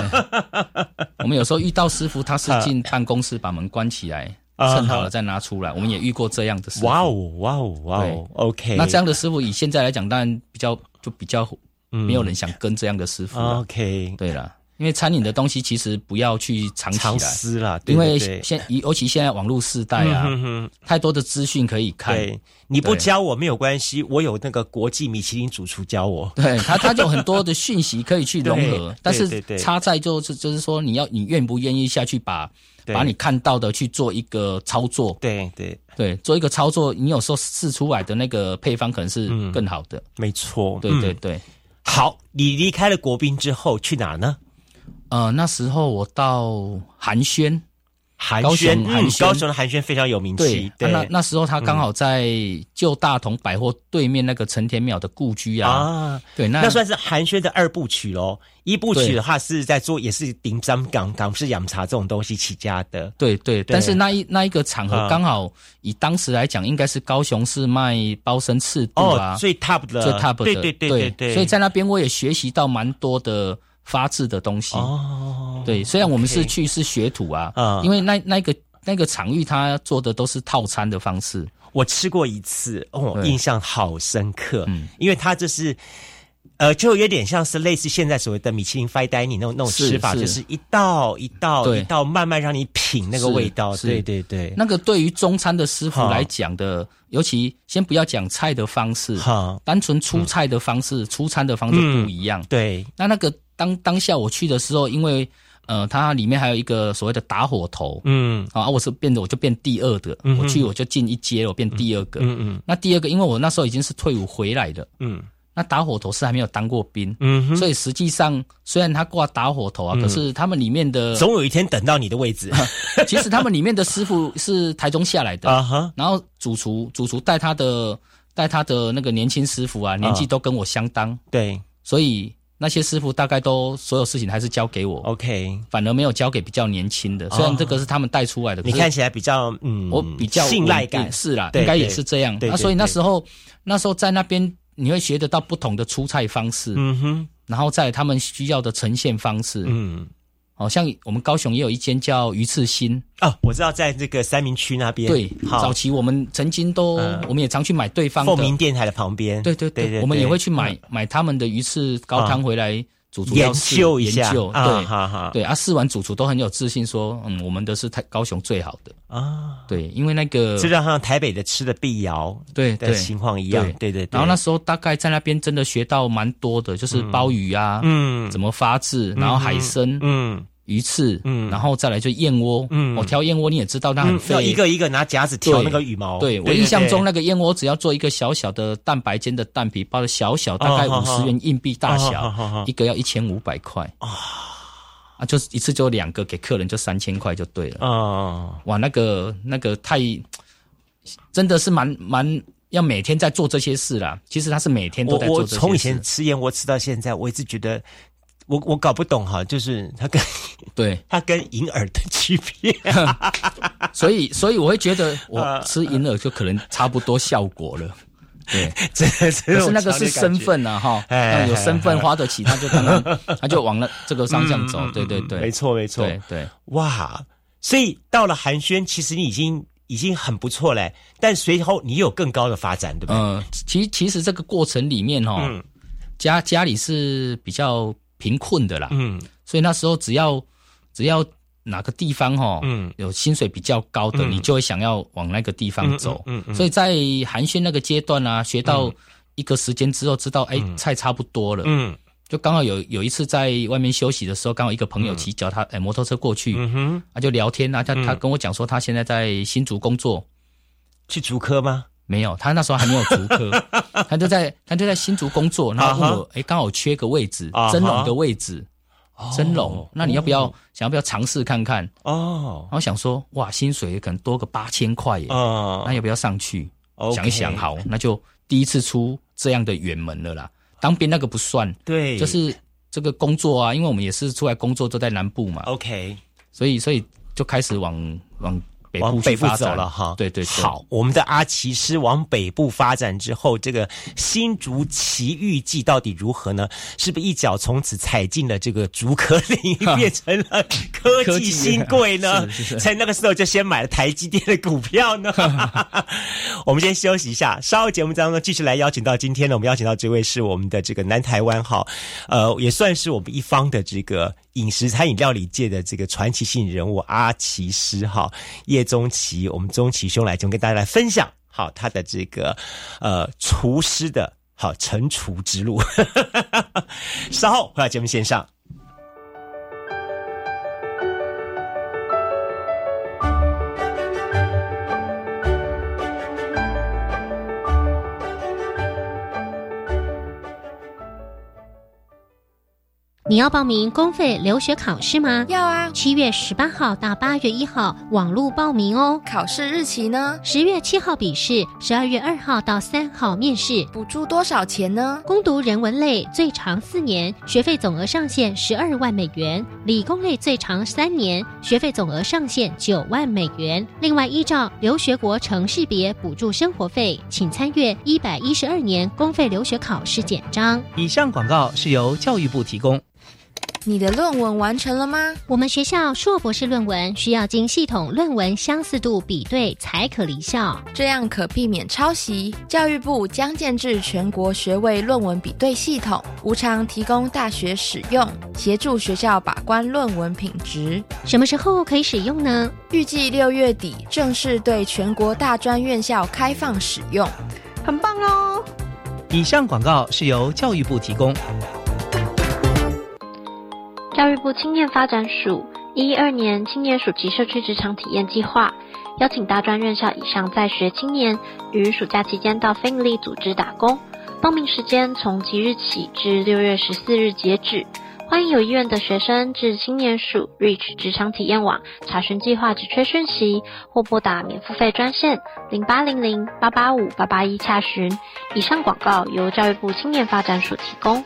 [SPEAKER 3] 对我们有时候遇到师傅，他是进办公室把门关起来，
[SPEAKER 2] 啊
[SPEAKER 3] 称好了再拿出来。我们也遇过这样的师傅。
[SPEAKER 2] 哇哦，哇哦，哇哦，OK。
[SPEAKER 3] 那这样的师傅以现在来讲，当然比较就比较
[SPEAKER 2] 嗯
[SPEAKER 3] 没有人想跟这样的师傅了。
[SPEAKER 2] OK，
[SPEAKER 3] 对了，因为餐饮的东西其实不要去藏起
[SPEAKER 2] 藏
[SPEAKER 3] 来。
[SPEAKER 2] 私啦，对
[SPEAKER 3] 因为
[SPEAKER 2] 对嗯对
[SPEAKER 3] 现尤其现在网络时代啊，太多的资讯可以看。
[SPEAKER 2] 对，你不
[SPEAKER 3] 对
[SPEAKER 2] 教我没有关系，我有那个国际米其林主厨教我。
[SPEAKER 3] 对他，他有很多的讯息可以去融
[SPEAKER 2] 对
[SPEAKER 3] 合
[SPEAKER 2] 对，
[SPEAKER 3] 但
[SPEAKER 2] 对
[SPEAKER 3] 是
[SPEAKER 2] 对
[SPEAKER 3] 差在就是就是说，你要你愿不愿意下去把
[SPEAKER 2] 对
[SPEAKER 3] 把你看到的去做一个操作，
[SPEAKER 2] 对对，
[SPEAKER 3] 对，做一个操作，你有时候试出来的那个配方可能是
[SPEAKER 2] 嗯
[SPEAKER 3] 更好的，
[SPEAKER 2] 没错。
[SPEAKER 3] 对
[SPEAKER 2] 嗯
[SPEAKER 3] 对对。
[SPEAKER 2] 好，你离开了国宾之后去哪儿呢？
[SPEAKER 3] 呃，那时候我到寒暄，
[SPEAKER 2] 寒
[SPEAKER 3] 高
[SPEAKER 2] 暄，
[SPEAKER 3] 雄
[SPEAKER 2] 嗯
[SPEAKER 3] 寒暄
[SPEAKER 2] 高雄的寒暄非常有名
[SPEAKER 3] 对，
[SPEAKER 2] 气
[SPEAKER 3] 啊，
[SPEAKER 2] 对
[SPEAKER 3] 那那时候他刚好在旧大同百货对面那个陈天淼的故居啊，
[SPEAKER 2] 啊，
[SPEAKER 3] 对，那
[SPEAKER 2] 那算是寒暄的二部曲喽。一部曲
[SPEAKER 3] 对
[SPEAKER 2] 的话是在做也是顶张港港式洋茶这种东西起家的，
[SPEAKER 3] 对对，
[SPEAKER 2] 对
[SPEAKER 3] 但是那一那一个场合
[SPEAKER 2] 啊
[SPEAKER 3] 刚好以当时来讲，应该是高雄市卖包身赤度
[SPEAKER 2] 哦
[SPEAKER 3] 啊，，
[SPEAKER 2] 最 top 的，
[SPEAKER 3] 最 top 的，
[SPEAKER 2] 对对对对对，
[SPEAKER 3] 所以在那边我也学习到蛮多的发质的东西。
[SPEAKER 2] 哦，
[SPEAKER 3] 对，虽然我们
[SPEAKER 2] OK
[SPEAKER 3] 是去是学徒啊，
[SPEAKER 2] 啊
[SPEAKER 3] 因为那那个那个场域他做的都是套餐的方式，
[SPEAKER 2] 我吃过一次，哦，
[SPEAKER 3] 对
[SPEAKER 2] 印象好深刻，
[SPEAKER 3] 嗯
[SPEAKER 2] 因为它就是。呃，就有点像是类似现在所谓的米其林 fine dining 那种那种
[SPEAKER 3] 是
[SPEAKER 2] 吃法，
[SPEAKER 3] 是
[SPEAKER 2] 就是一道一道
[SPEAKER 3] 对
[SPEAKER 2] 一道慢慢让你品那个
[SPEAKER 3] 是
[SPEAKER 2] 味道。
[SPEAKER 3] 是
[SPEAKER 2] 对对对，
[SPEAKER 3] 那个对于中餐的师傅
[SPEAKER 2] 好
[SPEAKER 3] 来讲的，尤其先不要讲菜的方式，
[SPEAKER 2] 好，
[SPEAKER 3] 单纯出菜的方式、出餐的方式
[SPEAKER 2] 嗯
[SPEAKER 3] 不一样。
[SPEAKER 2] 对，
[SPEAKER 3] 那那个当当下我去的时候，因为呃，它里面还有一个所谓的打火头、
[SPEAKER 2] 嗯
[SPEAKER 3] 啊，我是变得我就变第二个，
[SPEAKER 2] 嗯哼
[SPEAKER 3] 我去我就进一阶，我变第二个。
[SPEAKER 2] 嗯嗯
[SPEAKER 3] 那第二个，因为我那时候已经是退伍回来的，
[SPEAKER 2] 嗯
[SPEAKER 3] 那打火头是还没有当过兵，
[SPEAKER 2] 嗯哼，嗯
[SPEAKER 3] 所以实际上虽然他挂打火头啊，可是他们里面的，
[SPEAKER 2] 总有一天等到你的 位置
[SPEAKER 3] 其实他们里面的师傅是台中下来的，
[SPEAKER 2] 啊哈，
[SPEAKER 3] 然后主厨主厨带他的带他的那个年轻师傅啊，年纪都跟我相当，
[SPEAKER 2] 对
[SPEAKER 3] 所以那些师傅大概都所有事情还是交给我，
[SPEAKER 2] ，OK，
[SPEAKER 3] 反而没有交给比较年轻的。虽然这个是他们带出来的，
[SPEAKER 2] 哦你
[SPEAKER 3] 可是
[SPEAKER 2] 看起来比较嗯，
[SPEAKER 3] 我比较
[SPEAKER 2] 信赖
[SPEAKER 3] 稳
[SPEAKER 2] 感
[SPEAKER 3] 定，是啦，
[SPEAKER 2] 对
[SPEAKER 3] 应该也是这样。
[SPEAKER 2] 对对
[SPEAKER 3] 那所以
[SPEAKER 2] 对
[SPEAKER 3] 那时候那时候在那边你会学得到不同的出菜方式，
[SPEAKER 2] 嗯哼，
[SPEAKER 3] 然后在他们需要的呈现方式。
[SPEAKER 2] 嗯。
[SPEAKER 3] 好像我们高雄也有一间叫鱼翅心，
[SPEAKER 2] 啊，我知道在这个三明区那边，
[SPEAKER 3] 对，
[SPEAKER 2] 好
[SPEAKER 3] 早，期我们曾经都
[SPEAKER 2] 嗯
[SPEAKER 3] 我们也常去买对方的
[SPEAKER 2] 凤鸣电台的旁边，
[SPEAKER 3] 对对
[SPEAKER 2] 对嗯啊
[SPEAKER 3] 对，我们也会去买买他们的鱼翅高汤回来，主厨要
[SPEAKER 2] 研
[SPEAKER 3] 试
[SPEAKER 2] 究一下
[SPEAKER 3] 研究，
[SPEAKER 2] 啊，
[SPEAKER 3] 对
[SPEAKER 2] 哈哈，
[SPEAKER 3] 对啊，试完主厨都很有自信说，嗯，我们的是台高雄最好的，
[SPEAKER 2] 啊，
[SPEAKER 3] 对，因为那个
[SPEAKER 2] 这就好像台北的吃的碧瑶
[SPEAKER 3] 对
[SPEAKER 2] 的
[SPEAKER 3] 对。
[SPEAKER 2] 情况一样，对对对，
[SPEAKER 3] 然后那时候大概在那边真的学到蛮多的，就是鲍鱼啊，
[SPEAKER 2] 嗯
[SPEAKER 3] 怎么发制，然后海参、
[SPEAKER 2] 嗯
[SPEAKER 3] 鱼翅，
[SPEAKER 2] 嗯
[SPEAKER 3] 然后再来就燕窝，
[SPEAKER 2] 嗯
[SPEAKER 3] 我挑燕窝你也知道它很
[SPEAKER 2] 嗯，要
[SPEAKER 3] 费
[SPEAKER 2] 一个一个拿夹子挑
[SPEAKER 3] 对
[SPEAKER 2] 那个羽毛，
[SPEAKER 3] 对我印象中
[SPEAKER 2] 那
[SPEAKER 3] 那个燕窝只要做一个小小的蛋白煎的蛋皮，包的小小，大概
[SPEAKER 2] 哦
[SPEAKER 3] 五
[SPEAKER 2] 好好
[SPEAKER 3] 十元硬币大
[SPEAKER 2] 哦好好好
[SPEAKER 3] 小，一个要一千五百块啊，啊，就是一次就两个给客人就三千块就对了。
[SPEAKER 2] 啊，
[SPEAKER 3] 哇，那个那个太，真的是蛮蛮要每天在做这些事啦。其实他是每天
[SPEAKER 2] 我
[SPEAKER 3] 都在做
[SPEAKER 2] 我
[SPEAKER 3] 这些事。
[SPEAKER 2] 从以前吃燕窝吃到现在，我一直觉得。我我搞不懂哈，就是它跟
[SPEAKER 3] 对，
[SPEAKER 2] 它跟银耳的区别，
[SPEAKER 3] 所 以所以我会觉得
[SPEAKER 2] 啊
[SPEAKER 3] 我吃银耳就可能差不多效果了。 对，
[SPEAKER 2] 真的是
[SPEAKER 3] 可是那个是身份啊，哈，那
[SPEAKER 2] 哎
[SPEAKER 3] 有身份花得起，他就当然他就往了这个方向走，
[SPEAKER 2] 嗯
[SPEAKER 3] 对对对，
[SPEAKER 2] 没，错没错，
[SPEAKER 3] 对对
[SPEAKER 2] 哇！所以到了寒暄，其实你已经已经很不错嘞，但随后你有更高的发展，对不对？
[SPEAKER 3] 嗯，其其实这个过程里面哈
[SPEAKER 2] 嗯，
[SPEAKER 3] 家家里是比较贫困的啦，
[SPEAKER 2] 嗯
[SPEAKER 3] 所以那时候只要只要哪个地方哈，
[SPEAKER 2] 嗯
[SPEAKER 3] 有薪水比较高的，
[SPEAKER 2] 嗯
[SPEAKER 3] 你就会想要往那个地方走。
[SPEAKER 2] 嗯嗯嗯嗯
[SPEAKER 3] 所以在寒暄那个阶段啊，学到一个时间之后，知道哎、菜差不多了，
[SPEAKER 2] 嗯
[SPEAKER 3] 就刚好有有一次在外面休息的时候，刚好一个朋友骑脚踏哎、摩托车过去，
[SPEAKER 2] 嗯哼，
[SPEAKER 3] 啊就聊天啊，他他跟我讲说他现在在新竹工作。
[SPEAKER 2] 去竹科吗？
[SPEAKER 3] 没有，他那时候还没有足 科，他就在他就在新竹工作，然后问我，哎、刚好缺个位置
[SPEAKER 2] 啊啊哈，
[SPEAKER 3] 蒸笼的位置，蒸笼，那你要不要、想要不要尝试看看？
[SPEAKER 2] 哦
[SPEAKER 3] 然，后想说，哇，薪水可能多个八千块耶，那
[SPEAKER 2] 哦，
[SPEAKER 3] 要不要上去？
[SPEAKER 2] OK
[SPEAKER 3] 想一想，好，那就第一次出这样的远门了啦。当兵那个不算，
[SPEAKER 2] 对，
[SPEAKER 3] 就是这个工作啊，因为我们也是出来工作都在南部嘛，
[SPEAKER 2] OK，
[SPEAKER 3] 所以所以就开始往往北
[SPEAKER 2] 往
[SPEAKER 3] 部
[SPEAKER 2] 北
[SPEAKER 3] 去
[SPEAKER 2] 部
[SPEAKER 3] 发
[SPEAKER 2] 走
[SPEAKER 3] 展
[SPEAKER 2] 了哈。
[SPEAKER 3] 对对对，
[SPEAKER 2] 好，我们的阿奇师往北部发展之后，这个新竹奇遇记到底如何呢？是不是一脚从此踩进了这个竹科领域，变成了科
[SPEAKER 3] 科
[SPEAKER 2] 技
[SPEAKER 3] 技
[SPEAKER 2] 新贵 呢
[SPEAKER 3] 是是？是
[SPEAKER 2] 在那个时候就先买了台积电的股票 呢？ 我们先休息一下，稍后节目当中继续来邀请到今天呢，我们邀请到这位是我们的这个南台湾哈，呃，也算是我们一方的这个饮食餐饮料理界的这个传奇性人物阿奇师哈，叶宗奇，我们宗奇兄来，就跟大家来分享好他的这个呃厨师的好成厨之路， 稍后回到节目线上。
[SPEAKER 4] 你要报名公费留学考试吗？
[SPEAKER 5] 要啊，
[SPEAKER 4] 七月十八号到八月一号网络报名哦。
[SPEAKER 5] 考试日期呢？
[SPEAKER 4] 十月七号笔试，十二月二号到三号面试。
[SPEAKER 5] 补助多少钱呢？
[SPEAKER 4] 攻读人文类最长四年，学费总额上限十二万美元；理工类最长三年，学费总额上限九万美元。另外，依照留学国城市别补助生活费，请参阅一百一十二年公费留学考试简章。
[SPEAKER 6] 以上广告是由教育部提供。
[SPEAKER 5] 你的论文完成了吗？
[SPEAKER 4] 我们学校硕博士论文需要经系统论文相似度比对才可离校。
[SPEAKER 5] 这样可避免抄袭。教育部将建制全国学位论文比对系统，无偿提供大学使用，协助学校把关论文品质。
[SPEAKER 4] 什么时候可以使用呢？
[SPEAKER 5] 预计六月底正式对全国大专院校开放使用。
[SPEAKER 7] 很棒喽！
[SPEAKER 6] 以上广告是由教育部提供。
[SPEAKER 8] 教育部青年发展署一二年青年暑期社区职场体验计划，邀请大专院校以上在学青年于暑假期间到非营利组织打工。报名时间从即日起至六月十四日截止。欢迎有意愿的学生至青年署 Reach 职场体验网查询计划职缺讯息，或拨打免付费专线零八零零八八五八八一洽询。以上广告由教育部青年发展署提供。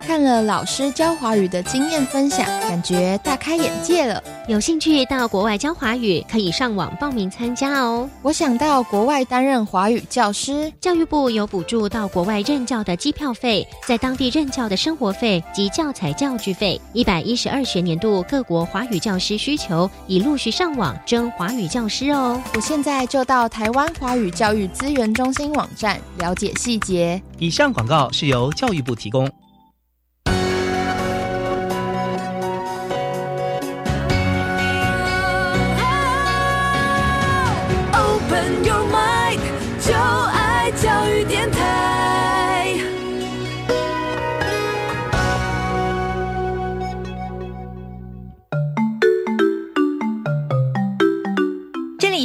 [SPEAKER 5] 看了老师教华语的经验分享，感觉大开眼界了。
[SPEAKER 4] 有兴趣到国外教华语，可以上网报名参加哦。
[SPEAKER 5] 我想到国外担任华语教师，
[SPEAKER 4] 教育部有补助到国外任教的机票费，在当地任教的生活费及教材教具费。一百一十二学年度各国华语教师需求已陆续上网征华语教师哦。
[SPEAKER 5] 我现在就到台湾华语教育资源中心网站了解细节。
[SPEAKER 6] 以上广告是由教育部提供。
[SPEAKER 9] Open your mind，就爱教育电台。
[SPEAKER 10] 这里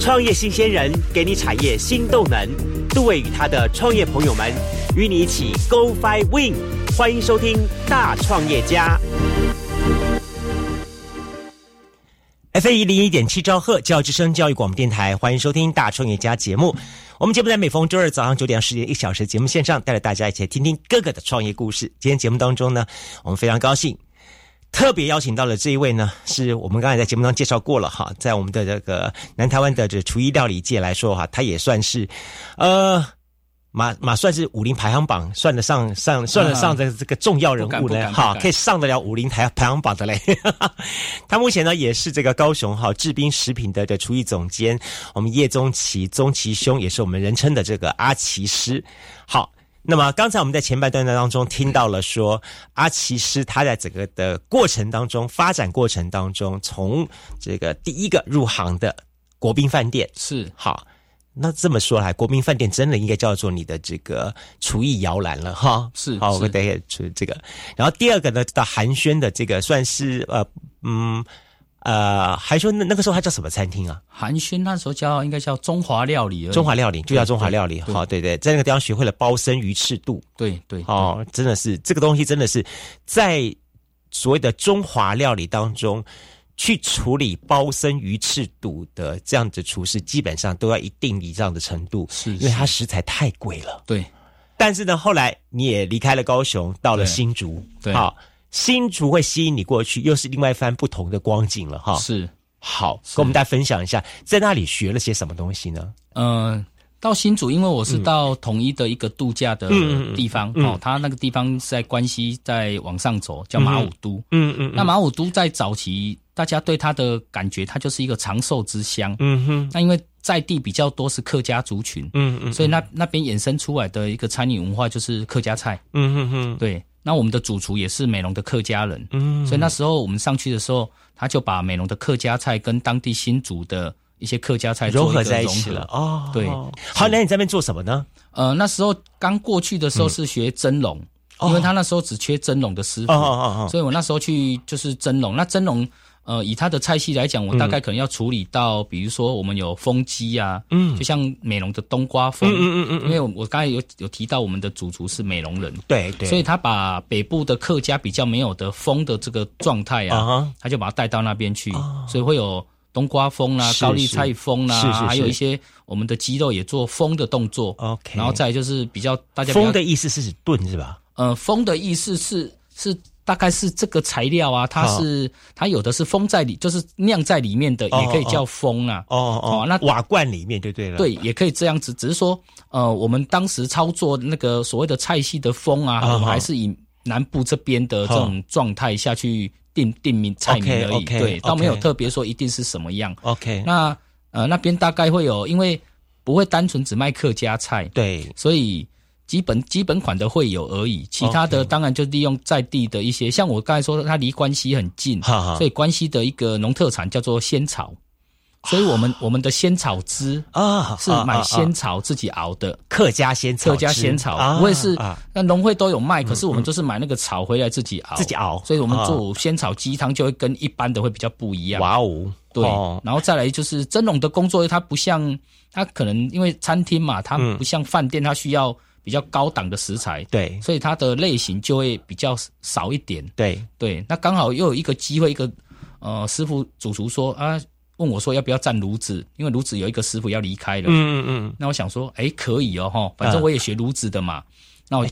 [SPEAKER 11] 创业新鲜人给你产业新动能，杜伟与他的创业朋友们与你一起 Go Fly Win。欢迎收听《大创业家》。
[SPEAKER 2] F 一零一点七兆赫教育之声教育广播电台，欢迎收听《大创业家》节目。我们节目在每逢周二早上九点到十点一小时节目线上，带着大家一起来听听各个的创业故事。今天节目当中呢，我们非常高兴，特别邀请到了这一位呢，是我们刚才在节目当中介绍过了哈，在我们的这个南台湾的这厨艺料理界来说哈，他也算是呃。马马算是武林排行榜算得上上算得上的这个重要人
[SPEAKER 3] 不敢
[SPEAKER 2] 物
[SPEAKER 3] 不
[SPEAKER 2] 呢，
[SPEAKER 3] 敢不
[SPEAKER 2] 哈，
[SPEAKER 3] 敢
[SPEAKER 2] 可以上得了武林台排行榜的嘞。 他目前呢也是这个高雄哈制冰食品的的厨艺总监，我们叶宗奇宗奇兄也是我们人称的这个阿奇师。好，那么刚才我们在前半段当中听到了说，阿奇师他在整个的过程当中发展过程当中，从这个第一个入行的国宾饭店
[SPEAKER 3] 是
[SPEAKER 2] 好，那这么说来，国民饭店真的应该叫做你的这个厨艺摇篮了哈。
[SPEAKER 3] 是
[SPEAKER 2] 好，我
[SPEAKER 3] 是
[SPEAKER 2] 们等一下出这个。然后第二个呢，到寒暄的这个算是呃嗯呃，还说那那个时候它叫什么餐厅啊？
[SPEAKER 3] 寒暄那时候叫应该叫中华料理而已，
[SPEAKER 2] 中华料理，就叫中华料理。
[SPEAKER 3] 对对
[SPEAKER 2] 好，对对，在那个地方学会了包身鱼翅肚。
[SPEAKER 3] 对对
[SPEAKER 2] 哦，真的是这个东西，真的是在所谓的中华料理当中。去处理包身鱼翅肚的这样子厨师，基本上都要一定以上的程度，
[SPEAKER 3] 是
[SPEAKER 2] 因
[SPEAKER 3] 是
[SPEAKER 2] 为它食材太贵了。
[SPEAKER 3] 对
[SPEAKER 2] 但是呢，后来你也离开了高雄，到了
[SPEAKER 3] 对
[SPEAKER 2] 新竹，
[SPEAKER 3] 对
[SPEAKER 2] 好，新竹会吸引你过去，又是另外一番不同的光景了哈。
[SPEAKER 3] 是
[SPEAKER 2] 好，
[SPEAKER 3] 是
[SPEAKER 2] 跟我们大家分享一下，在那里学了些什么东西呢？
[SPEAKER 3] 嗯，到新竹，因为我是到统一的一个度假的
[SPEAKER 2] 嗯嗯嗯嗯
[SPEAKER 3] 地方、
[SPEAKER 2] 嗯
[SPEAKER 3] 哦，它那个地方是在关西再往上走，叫马武都。
[SPEAKER 2] 嗯嗯
[SPEAKER 3] 那马武都在早期，大家对它的感觉，它就是一个长寿之乡。
[SPEAKER 2] 嗯哼，
[SPEAKER 3] 那因为在地比较多是客家族群，
[SPEAKER 2] 嗯嗯，
[SPEAKER 3] 所以那那边衍生出来的一个餐饮文化就是客家菜。
[SPEAKER 2] 嗯哼哼，
[SPEAKER 3] 对，那我们的主厨也是美浓的客家人，
[SPEAKER 2] 嗯
[SPEAKER 3] 所以那时候我们上去的时候，他就把美浓的客家菜跟当地新竹的一些客家菜做
[SPEAKER 2] 融
[SPEAKER 3] 一个
[SPEAKER 2] 合在一
[SPEAKER 3] 融
[SPEAKER 2] 起
[SPEAKER 3] 合
[SPEAKER 2] 了哦。
[SPEAKER 3] 对，
[SPEAKER 2] 好，那你在那边做什么呢？
[SPEAKER 3] 呃，那时候刚过去的时候是学蒸笼，
[SPEAKER 2] 哦
[SPEAKER 3] 因为他那时候只缺蒸笼的师傅，
[SPEAKER 2] 哦哦哦哦，
[SPEAKER 3] 所以我那时候去就是蒸笼。那蒸笼，呃，以它的菜系来讲，我大概可能要处理到，比如说我们有风鸡啊，
[SPEAKER 2] 嗯
[SPEAKER 3] 就像美容的冬瓜风，
[SPEAKER 2] 嗯嗯嗯嗯嗯
[SPEAKER 3] 因为我我刚才有有提到我们的主厨是美容人，
[SPEAKER 2] 对对，
[SPEAKER 3] 所以他把北部的客家比较没有的风的这个状态
[SPEAKER 2] 啊
[SPEAKER 3] 啊，
[SPEAKER 2] 哈，啊
[SPEAKER 3] 他就把它带到那边去，所以会有。冬瓜风啦、
[SPEAKER 2] 是
[SPEAKER 3] 高丽菜风啦、
[SPEAKER 2] 是是是
[SPEAKER 3] 还有一些我们的鸡肉也做风的动作
[SPEAKER 2] OK
[SPEAKER 3] 然后再就是比较大家比较
[SPEAKER 2] 风的意思是指炖是吧？
[SPEAKER 3] 呃，风的意思是是大概是这个材料啊，它
[SPEAKER 2] 好
[SPEAKER 3] 是、它有的是封在里，就是酿在里面的，
[SPEAKER 2] 哦
[SPEAKER 3] 也可以
[SPEAKER 2] 哦
[SPEAKER 3] 叫风啊。
[SPEAKER 2] 哦哦，
[SPEAKER 3] 那
[SPEAKER 2] 瓦罐里面就对了。
[SPEAKER 3] 对，也可以这样子，只是说，呃，我们当时操作那个所谓的菜系的风啊，
[SPEAKER 2] 啊
[SPEAKER 3] 我们
[SPEAKER 2] 哈
[SPEAKER 3] 还是以南部这边的这种状态下去定定名菜名而已
[SPEAKER 2] OK，OK，
[SPEAKER 3] 对，倒没有
[SPEAKER 2] OK
[SPEAKER 3] 特别说一定是什么样。
[SPEAKER 2] ，OK，
[SPEAKER 3] 那呃，那边大概会有，因为不会单纯只卖客家菜，
[SPEAKER 2] 对
[SPEAKER 3] 所以基本基本款的会有而已，其他
[SPEAKER 2] OK
[SPEAKER 3] 的当然就利用在地的一些，像我刚才说的，它离关西很近，
[SPEAKER 2] 哈哈
[SPEAKER 3] 所以关西的一个农特产叫做仙草，所以我们我们的仙草汁
[SPEAKER 2] 啊，
[SPEAKER 3] 是
[SPEAKER 2] 啊
[SPEAKER 3] 买
[SPEAKER 2] 啊
[SPEAKER 3] 仙草自己熬的。
[SPEAKER 2] 客家仙草汁，
[SPEAKER 3] 客家仙
[SPEAKER 2] 啊
[SPEAKER 3] 草，不会是
[SPEAKER 2] 啊嗯
[SPEAKER 3] 那农会都有卖，可是我们就是买那个草回来自己熬，
[SPEAKER 2] 自己熬
[SPEAKER 3] 所以我们
[SPEAKER 2] 啊
[SPEAKER 3] 做仙草鸡汤就会跟一般的会比较不一样。
[SPEAKER 2] 哇哦，
[SPEAKER 3] 对，
[SPEAKER 2] 哦
[SPEAKER 3] 然后再来就是蒸笼的工作，它不像它可能因为餐厅嘛，它
[SPEAKER 2] 嗯
[SPEAKER 3] 不像饭店，它需要比较高档的食材，
[SPEAKER 2] 对
[SPEAKER 3] 所以它的类型就会比较少一点。
[SPEAKER 2] 对，
[SPEAKER 3] 对，那刚好又有一个机会，一个呃师傅主厨说啊，问我说要不要站炉子，因为炉子有一个师傅要离开了。
[SPEAKER 2] 嗯嗯嗯，
[SPEAKER 3] 那我想说，哎，可以哦，哈，反正我也学炉子的嘛。那我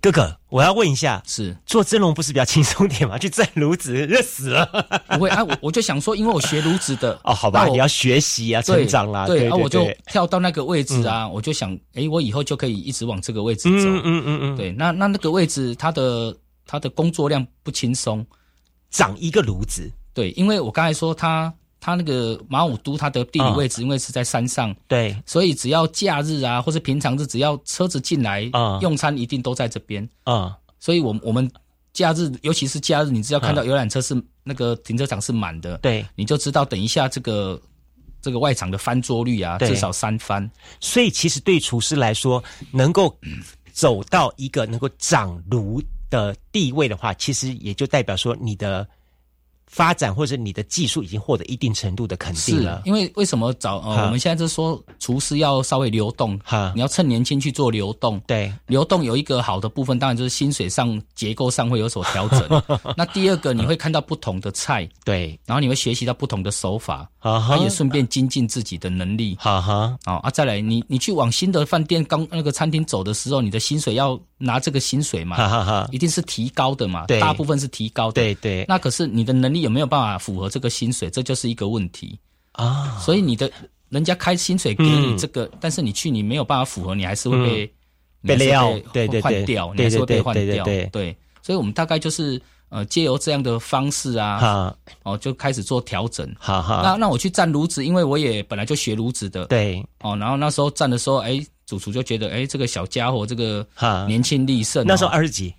[SPEAKER 2] 哥哥，我要问一下，
[SPEAKER 3] 是
[SPEAKER 2] 做蒸笼不是比较轻松点吗？去蒸炉子热死了。
[SPEAKER 3] 不会啊，我我就想说，因为我学炉子的
[SPEAKER 2] 哦，好吧，
[SPEAKER 3] 那我
[SPEAKER 2] 你要学习啊，成长啦，
[SPEAKER 3] 对，
[SPEAKER 2] 对
[SPEAKER 3] 然后我就
[SPEAKER 2] 对
[SPEAKER 3] 跳到那个位置啊，我就想，诶，我以后就可以一直往这个位置走。
[SPEAKER 2] 嗯嗯嗯嗯，，
[SPEAKER 3] 对，那那那个位置，他的他的工作量不轻松。
[SPEAKER 2] 长一个炉子，
[SPEAKER 3] 对，因为我刚才说他他那个马武都他的地
[SPEAKER 2] 啊
[SPEAKER 3] 理位置，因为是在山上，
[SPEAKER 2] 对，
[SPEAKER 3] 所以只要假日啊或是平常日，只要车子进来、
[SPEAKER 2] 啊
[SPEAKER 3] 用餐，一定都在这边。
[SPEAKER 2] 啊、
[SPEAKER 3] 所以我们我们假日，尤其是假日，你只要看到游览车是、那个停车场是满的，
[SPEAKER 2] 啊对，
[SPEAKER 3] 你就知道等一下这个这个外场的翻桌率啊，
[SPEAKER 2] 对
[SPEAKER 3] 至少三翻。
[SPEAKER 2] 所以其实对厨师来说，能够走到一个能够长炉的地位的话，其实也就代表说你的发展或者你的技术已经获得一定程度的肯定
[SPEAKER 3] 是
[SPEAKER 2] 了，
[SPEAKER 3] 因为为什么找
[SPEAKER 2] 哈啊
[SPEAKER 3] 呃，我们现在是说厨师要稍微流动
[SPEAKER 2] 哈，
[SPEAKER 3] 你要趁年轻去做流动。
[SPEAKER 2] 对，
[SPEAKER 3] 流动有一个好的部分，当然就是薪水上、结构上会有所调 整。那第二个，你会看到不同的菜，
[SPEAKER 2] 对，
[SPEAKER 3] 然后你会学习到不同的手法，
[SPEAKER 2] 啊 哈
[SPEAKER 3] 啊，也顺便精进自己的能力。
[SPEAKER 2] 哈哈，
[SPEAKER 3] 哦啊，再来，你你去往新的饭店、刚那个餐厅走的时候，你的薪水要拿这个薪水嘛，
[SPEAKER 2] 哈哈哈，
[SPEAKER 3] 一定是提高的嘛，
[SPEAKER 2] 对
[SPEAKER 3] 大部分是提高的。
[SPEAKER 2] 对对
[SPEAKER 3] 那可是你的能力有没有办法符合这个薪水，这就是一个问题。
[SPEAKER 2] 啊，
[SPEAKER 3] 所以你的人家开薪水给你
[SPEAKER 2] 嗯嗯
[SPEAKER 3] 这个，但是你去你没有办法符合，你还是会被、你
[SPEAKER 2] 被
[SPEAKER 3] 还是
[SPEAKER 2] layout，对对对
[SPEAKER 3] 换掉，你
[SPEAKER 2] 对
[SPEAKER 3] 还是会
[SPEAKER 2] 对
[SPEAKER 3] 被
[SPEAKER 2] 对
[SPEAKER 3] 换
[SPEAKER 2] 对对
[SPEAKER 3] 掉，
[SPEAKER 2] 对
[SPEAKER 3] 所以我们大概就是呃借由这样的方式啊，
[SPEAKER 2] 哈
[SPEAKER 3] 哦就开始做调整。
[SPEAKER 2] 哈
[SPEAKER 3] 那
[SPEAKER 2] 哈，
[SPEAKER 3] 那我去站炉子，因为我也本来就学炉子的，
[SPEAKER 2] 对，
[SPEAKER 3] 哦，然后那时候站的时候，哎，主厨就觉得，哎，这个小家伙这个
[SPEAKER 2] 哈
[SPEAKER 3] 年轻力盛哦，
[SPEAKER 2] 那时候二十几，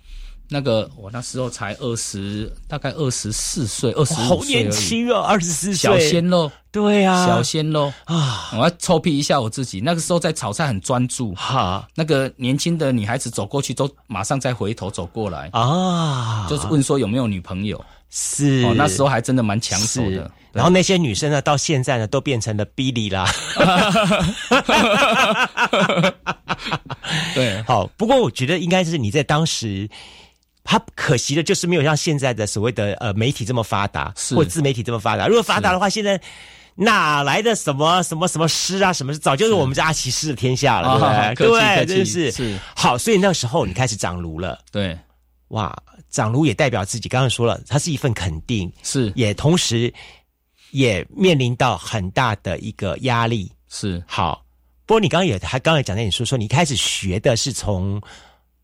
[SPEAKER 3] 那个我那时候才二十，大概二十四岁，二十
[SPEAKER 2] 哇好年，轻哦，二十四岁，
[SPEAKER 3] 小鲜肉，
[SPEAKER 2] 对啊，
[SPEAKER 3] 小鲜肉
[SPEAKER 2] 啊，
[SPEAKER 3] 我要臭屁一下我自己。那个时候在炒菜很专注，
[SPEAKER 2] 哈
[SPEAKER 3] 那个年轻的女孩子走过去都马上再回头走过来，
[SPEAKER 2] 啊，
[SPEAKER 3] 就是问说有没有女朋友。
[SPEAKER 2] 是、
[SPEAKER 3] 哦，那时候还真的蛮抢手
[SPEAKER 2] 是
[SPEAKER 3] 的。
[SPEAKER 2] 然后那些女生呢，到现在呢，都变成了 Billy 啦。
[SPEAKER 3] 对，
[SPEAKER 2] 好，不过我觉得应该是你在当时。他可惜的就是没有像现在的所谓的呃媒体这么发达，
[SPEAKER 3] 是
[SPEAKER 2] 或自媒体这么发达。如果发达的话，现在哪来的什么什么什么诗啊，什么早就是我们家骑士的天下了，
[SPEAKER 3] 啊
[SPEAKER 2] 对不
[SPEAKER 3] 客气
[SPEAKER 2] 对？对，
[SPEAKER 3] 客气
[SPEAKER 2] 真是
[SPEAKER 3] 是
[SPEAKER 2] 好。所以那时候你开始长炉了，
[SPEAKER 3] 对，
[SPEAKER 2] 哇，长炉也代表自己。刚刚说了，它是一份肯定，
[SPEAKER 3] 是
[SPEAKER 2] 也同时也面临到很大的一个压力。
[SPEAKER 3] 是
[SPEAKER 2] 好，不过你刚刚也还刚才讲到，你说说你开始学的是从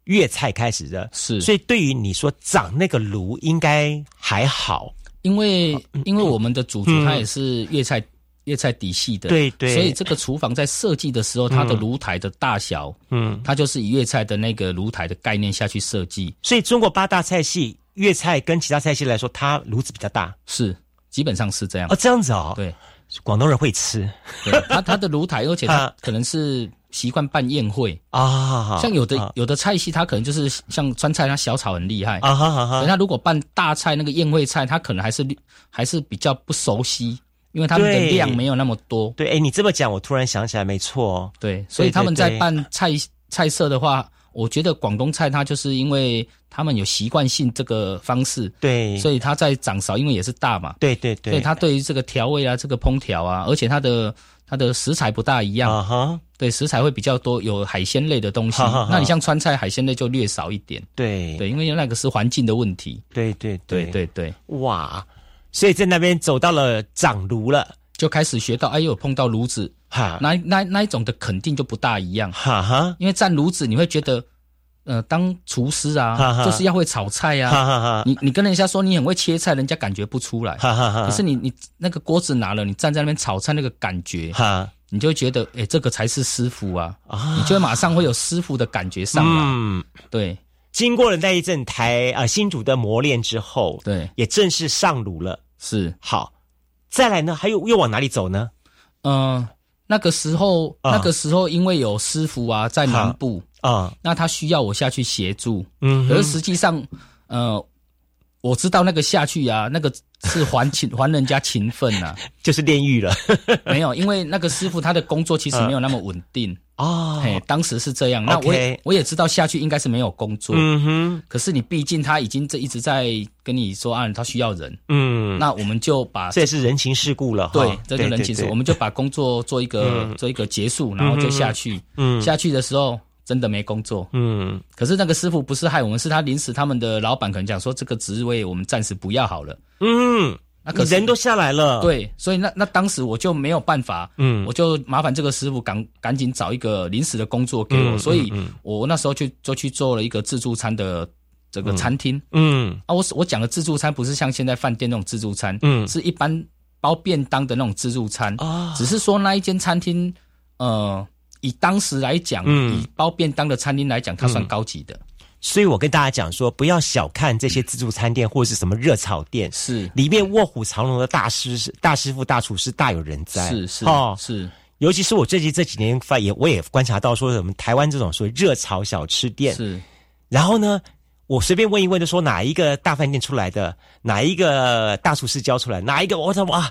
[SPEAKER 2] 粤菜开始的，
[SPEAKER 3] 是
[SPEAKER 2] 所以对于你说长那个炉应该还好嗯
[SPEAKER 3] 因为因为我们的主厨他也是粤菜。叶菜底细的，
[SPEAKER 2] 对对
[SPEAKER 3] 所以这个厨房在设计的时候，它的炉台的大小，
[SPEAKER 2] 嗯，
[SPEAKER 3] 它就是以粤菜的那个炉台的概念下去设计，
[SPEAKER 2] 所以中国八大菜系，粤菜跟其他菜系来说，它炉子比较大
[SPEAKER 3] 是基本上是这样
[SPEAKER 2] 哦，。这样子哦。，
[SPEAKER 3] 嗯对，
[SPEAKER 2] 广东人会吃
[SPEAKER 3] 对，它它的炉台，而且它
[SPEAKER 2] 啊
[SPEAKER 3] 可能是习惯办宴会，
[SPEAKER 2] 啊，
[SPEAKER 3] 像有
[SPEAKER 2] 啊
[SPEAKER 3] 的有的菜系，它可能就是像川菜，它小炒很厉害。
[SPEAKER 2] 啊哈哈
[SPEAKER 3] 可
[SPEAKER 2] 哈
[SPEAKER 3] 是，他如果办大菜那个宴会菜，他可能还是还是比较不熟悉，因为他们的
[SPEAKER 2] 对
[SPEAKER 3] 量没有那么多。
[SPEAKER 2] 对，哎，你这么讲，我突然想起来，没错哦。
[SPEAKER 3] 对，所以他们
[SPEAKER 2] 对
[SPEAKER 3] 在办菜菜色的话，我觉得广东菜它就是因为他们有习惯性这个方式，
[SPEAKER 2] 对，
[SPEAKER 3] 所
[SPEAKER 2] 以
[SPEAKER 3] 以它在掌勺，因为也是大嘛，
[SPEAKER 2] 对对对，
[SPEAKER 3] 所以它对于这个调味啊、这个烹调啊，而且它的它的食材不大一样，
[SPEAKER 2] 啊哈，
[SPEAKER 3] 对，食材会比较多，有海鲜类的东西。
[SPEAKER 2] 哈哈哈
[SPEAKER 3] 那你像川菜海鲜类就略少一点，
[SPEAKER 2] 对
[SPEAKER 3] 对，因为那个是环境的问题。
[SPEAKER 2] 对对
[SPEAKER 3] 对对对，
[SPEAKER 2] 哇！所以在那边走到了长炉了，
[SPEAKER 3] 就开始学到，哎呦，碰到炉子，
[SPEAKER 2] 哈
[SPEAKER 3] 那那那一种的肯定就不大一样，
[SPEAKER 2] 哈哈
[SPEAKER 3] 因为站炉子你会觉得，呃，当厨师
[SPEAKER 2] 哈哈
[SPEAKER 3] 啊，就是要会炒菜
[SPEAKER 2] 哈
[SPEAKER 3] 呀、
[SPEAKER 2] 哈
[SPEAKER 3] 啊。
[SPEAKER 2] 哈
[SPEAKER 3] 你你跟人家说你很会切菜，人家感觉不出来。
[SPEAKER 2] 哈哈哈，
[SPEAKER 3] 可是你你那个锅子拿了，你站在那边炒菜那个感觉，
[SPEAKER 2] 哈
[SPEAKER 3] 你就会觉得，哎、这个才是师傅啊！
[SPEAKER 2] 啊
[SPEAKER 3] 你就会马上会有师傅的感觉上来。
[SPEAKER 2] 嗯，
[SPEAKER 3] 对
[SPEAKER 2] 经过了那一阵台啊、呃、新竹的磨练之后，
[SPEAKER 3] 对
[SPEAKER 2] 也正式上炉了。
[SPEAKER 3] 是，
[SPEAKER 2] 好，再来呢，还有又往哪里走呢？
[SPEAKER 3] 嗯、那个时候、
[SPEAKER 2] 啊
[SPEAKER 3] 那个时候因为有师傅啊在南部，
[SPEAKER 2] 啊、
[SPEAKER 3] 那他需要我下去协助，
[SPEAKER 2] 嗯哼，
[SPEAKER 3] 可是实际上，呃，我知道那个下去啊，那个是还勤还人家勤奋 呐、
[SPEAKER 2] 就是炼狱了
[SPEAKER 3] 没有，因为那个师傅他的工作其实没有那么稳定，
[SPEAKER 2] 哦
[SPEAKER 3] 嘿，当时是这样。那我也
[SPEAKER 2] OK
[SPEAKER 3] 我也知道下去应该是没有工作，
[SPEAKER 2] 嗯哼，
[SPEAKER 3] 可是你毕竟他已经这一直在跟你说啊，他需要人，
[SPEAKER 2] 嗯，
[SPEAKER 3] 那我们就把
[SPEAKER 2] 这也是人情世故了哈。
[SPEAKER 3] 对这个人其
[SPEAKER 2] 对
[SPEAKER 3] 实
[SPEAKER 2] 对
[SPEAKER 3] 我们就把工作做一个、
[SPEAKER 2] 嗯
[SPEAKER 3] 做一个结束，然后就下去。
[SPEAKER 2] 嗯
[SPEAKER 3] 下去的时候真的没工作，
[SPEAKER 2] 嗯
[SPEAKER 3] 可是那个师傅不是害我们，是他临时他们的老板可能讲说这个职位我们暂时不要好了。
[SPEAKER 2] 嗯，
[SPEAKER 3] 那可
[SPEAKER 2] 你
[SPEAKER 3] 是
[SPEAKER 2] 人都下来了，，
[SPEAKER 3] 对，所以那那当时我就没有办法，
[SPEAKER 2] 嗯
[SPEAKER 3] 我就麻烦这个师傅赶赶紧找一个临时的工作给我，
[SPEAKER 2] 嗯
[SPEAKER 3] 所以
[SPEAKER 2] 嗯嗯
[SPEAKER 3] 我那时候去就去做了一个自助餐的这个餐厅、
[SPEAKER 2] 嗯
[SPEAKER 3] 啊。我我讲的自助餐不是像现在饭店那种自助餐，
[SPEAKER 2] 嗯
[SPEAKER 3] 是一般包便当的那种自助餐，
[SPEAKER 2] 啊
[SPEAKER 3] 只是说那一间餐厅，呃，以当时来讲，
[SPEAKER 2] 嗯
[SPEAKER 3] 以包便当的餐厅来讲，它算高级的，
[SPEAKER 2] 所以我跟大家讲说，不要小看这些自助餐店或者是什么热炒店，
[SPEAKER 3] 是
[SPEAKER 2] 里面卧虎藏龙的大师、大师傅、大厨师大有人在。
[SPEAKER 3] 是是、
[SPEAKER 2] 哦
[SPEAKER 3] 是，
[SPEAKER 2] 尤其是我最近这几年发也，我也观察到说，我们台湾这种所谓热炒小吃店，
[SPEAKER 3] 是
[SPEAKER 2] 然后呢，我随便问一问，就说哪一个大饭店出来的，哪一个大厨师教出来，哪一个我怎么啊？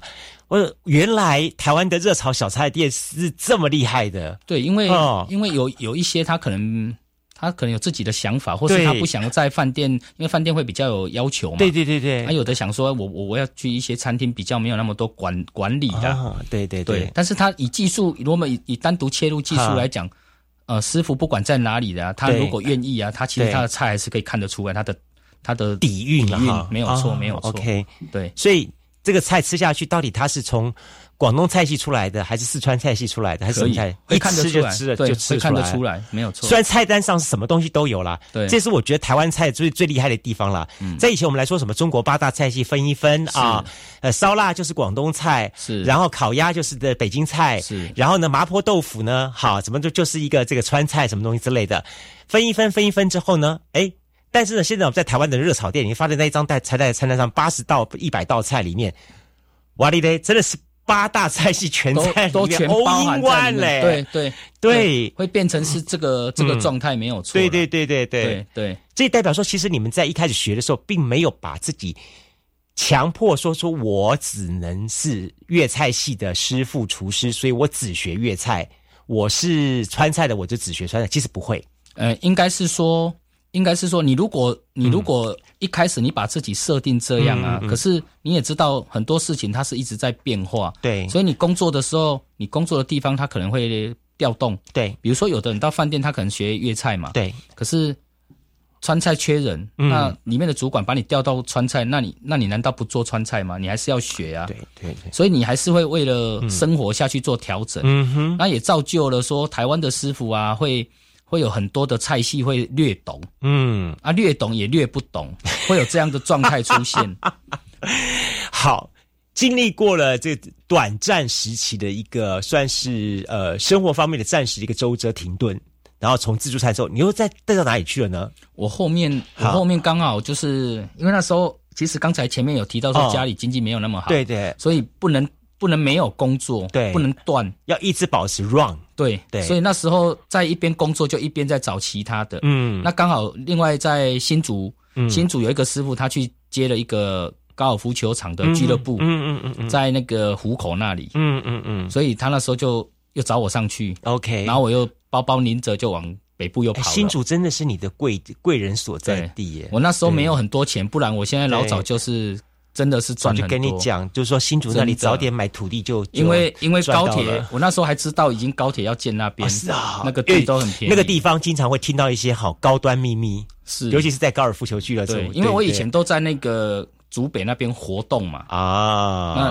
[SPEAKER 2] 我原来台湾的热炒小菜店是这么厉害的，
[SPEAKER 3] 对，因为、
[SPEAKER 2] 哦
[SPEAKER 3] 因为有有一些他可能他可能有自己的想法，或是
[SPEAKER 2] 对
[SPEAKER 3] 他不想在饭店，因为饭店会比较有要求嘛。
[SPEAKER 2] 对对对对，
[SPEAKER 3] 他、有的想说我我我要去一些餐厅比较没有那么多管管理的，
[SPEAKER 2] 啊，对对
[SPEAKER 3] 对。但是他以技术，如果我们以以单独切入技术
[SPEAKER 2] 哈
[SPEAKER 3] 来讲，呃，师傅不管在哪里的、啊，他
[SPEAKER 2] 对
[SPEAKER 3] 如果愿意啊，他其
[SPEAKER 2] 对
[SPEAKER 3] 实他的菜还是可以看得出来他的他的
[SPEAKER 2] 底蕴啊
[SPEAKER 3] 底蕴
[SPEAKER 2] 哈
[SPEAKER 3] 没有错，
[SPEAKER 2] 啊
[SPEAKER 3] 没有错。
[SPEAKER 2] OK，
[SPEAKER 3] 对，
[SPEAKER 2] 所以这个菜吃下去，到底它是从广东菜系出来的，还是四川菜系出来的，还是什
[SPEAKER 3] 可
[SPEAKER 2] 么
[SPEAKER 3] 以
[SPEAKER 2] 菜？
[SPEAKER 3] 会
[SPEAKER 2] 一
[SPEAKER 3] 看得
[SPEAKER 2] 吃
[SPEAKER 3] 出
[SPEAKER 2] 就
[SPEAKER 3] 来，
[SPEAKER 2] 吃了，
[SPEAKER 3] 对，
[SPEAKER 2] 就吃
[SPEAKER 3] 会看得
[SPEAKER 2] 来
[SPEAKER 3] 出。来，没有错
[SPEAKER 2] 虽。然菜单上是什么东西都有啦，
[SPEAKER 3] 对嗯
[SPEAKER 2] 这是我觉得台湾菜最最厉害的地方啦。在以前我们来说什么中国八大菜系分一分啊，呃，烧腊就是广东菜，
[SPEAKER 3] 是
[SPEAKER 2] 然后烤鸭就是的北京菜，
[SPEAKER 3] 是
[SPEAKER 2] 然后呢哎麻婆豆腐呢，好，怎么就就是一个这个川菜什么东西之类的，分一分分一分之后呢，哎。但是呢，现在我们在台湾的热炒店，你发现那一张菜菜单菜单上八十到一百道菜里面，哇哩嘞，真的是八大菜系全
[SPEAKER 3] 都
[SPEAKER 2] 在里
[SPEAKER 3] 都
[SPEAKER 2] 面
[SPEAKER 3] 全包含
[SPEAKER 2] all in
[SPEAKER 3] 在
[SPEAKER 2] one
[SPEAKER 3] 里
[SPEAKER 2] 嘞，
[SPEAKER 3] 面，对对
[SPEAKER 2] 对
[SPEAKER 3] 会变成是这个这个
[SPEAKER 2] 嗯
[SPEAKER 3] 状态没有错啦，
[SPEAKER 2] 对对对对对
[SPEAKER 3] 对对
[SPEAKER 2] 这也代表说，其实你们在一开始学的时候，并没有把自己强迫说说我只能是粤菜系的师傅厨师，所以我只学粤菜；我是川菜的，我就只学川菜。其实不会，
[SPEAKER 3] 呃，应该是说，应该是说，你如果你如
[SPEAKER 2] 嗯
[SPEAKER 3] 果一开始你把自己设定这样啊，可是你也知道很多事情它是一直在变化，
[SPEAKER 2] 对
[SPEAKER 3] 所以你工作的时候，你工作的地方它可能会调动，
[SPEAKER 2] 对
[SPEAKER 3] 比如说有的人到饭店，他可能学粤菜嘛，，
[SPEAKER 2] 对，
[SPEAKER 3] 可是。川菜缺人，
[SPEAKER 2] 嗯
[SPEAKER 3] 那里面的主管把你调到川菜，那你那你难道不做川菜吗？你还是要学啊。
[SPEAKER 2] 对嗯对对，
[SPEAKER 3] 所以你还是会为了生活下去做调整，
[SPEAKER 2] 嗯哼，
[SPEAKER 3] 那也造就了说台湾的师傅啊，会会有很多的菜系会略懂
[SPEAKER 2] 嗯，
[SPEAKER 3] 啊， 略懂也略不懂，会有这样的状态出现。
[SPEAKER 2] 好。经历过了这短暂时期的一个算是呃生活方面的暂时一个周折停顿，然后从自助餐之后，你又再带到哪里去了呢？
[SPEAKER 3] 我后面我后面刚好就是因为那时候，其实刚才前面有提到
[SPEAKER 2] 哦
[SPEAKER 3] 说家里经济没有那么好，
[SPEAKER 2] 对对
[SPEAKER 3] 所以不能不能没有工作，
[SPEAKER 2] 对
[SPEAKER 3] 不能断，
[SPEAKER 2] 要一直保持 run，
[SPEAKER 3] 对
[SPEAKER 2] 对
[SPEAKER 3] 所以那时候在一边工作就一边在找其他的，
[SPEAKER 2] 嗯
[SPEAKER 3] 那刚好另外在新竹，
[SPEAKER 2] 嗯
[SPEAKER 3] 新竹有一个师傅他去接了一个高尔夫球场的俱乐部，
[SPEAKER 2] 嗯嗯嗯嗯，
[SPEAKER 3] 在那个湖口那里，
[SPEAKER 2] 嗯嗯嗯
[SPEAKER 3] 所以他那时候就又找我上去，
[SPEAKER 2] ，OK，
[SPEAKER 3] 然后我又包包拎着就往北部又跑
[SPEAKER 2] 哎
[SPEAKER 3] 了。
[SPEAKER 2] 新竹真的是你的贵贵人所在
[SPEAKER 3] 对
[SPEAKER 2] 地耶。
[SPEAKER 3] 我那时候没有很多钱，不然我现在老早
[SPEAKER 2] 对
[SPEAKER 3] 就是真的是
[SPEAKER 2] 我
[SPEAKER 3] 赚很
[SPEAKER 2] 就
[SPEAKER 3] 多。
[SPEAKER 2] 跟你，讲，就是说新竹那里
[SPEAKER 3] 真的
[SPEAKER 2] 早点买土地就，就
[SPEAKER 3] 因为因为
[SPEAKER 2] 赚到
[SPEAKER 3] 高铁
[SPEAKER 2] 了，
[SPEAKER 3] 我那时候还知道已经高铁要建那边，
[SPEAKER 2] 哦是啊，
[SPEAKER 3] 那个地都很便宜，
[SPEAKER 2] 那个地方经常会听到一些好高端秘密，
[SPEAKER 3] 是，
[SPEAKER 2] 尤其是在高尔夫球俱乐部
[SPEAKER 3] 对，，因为我以前
[SPEAKER 2] 对
[SPEAKER 3] 都在那个竹北那边活动嘛。那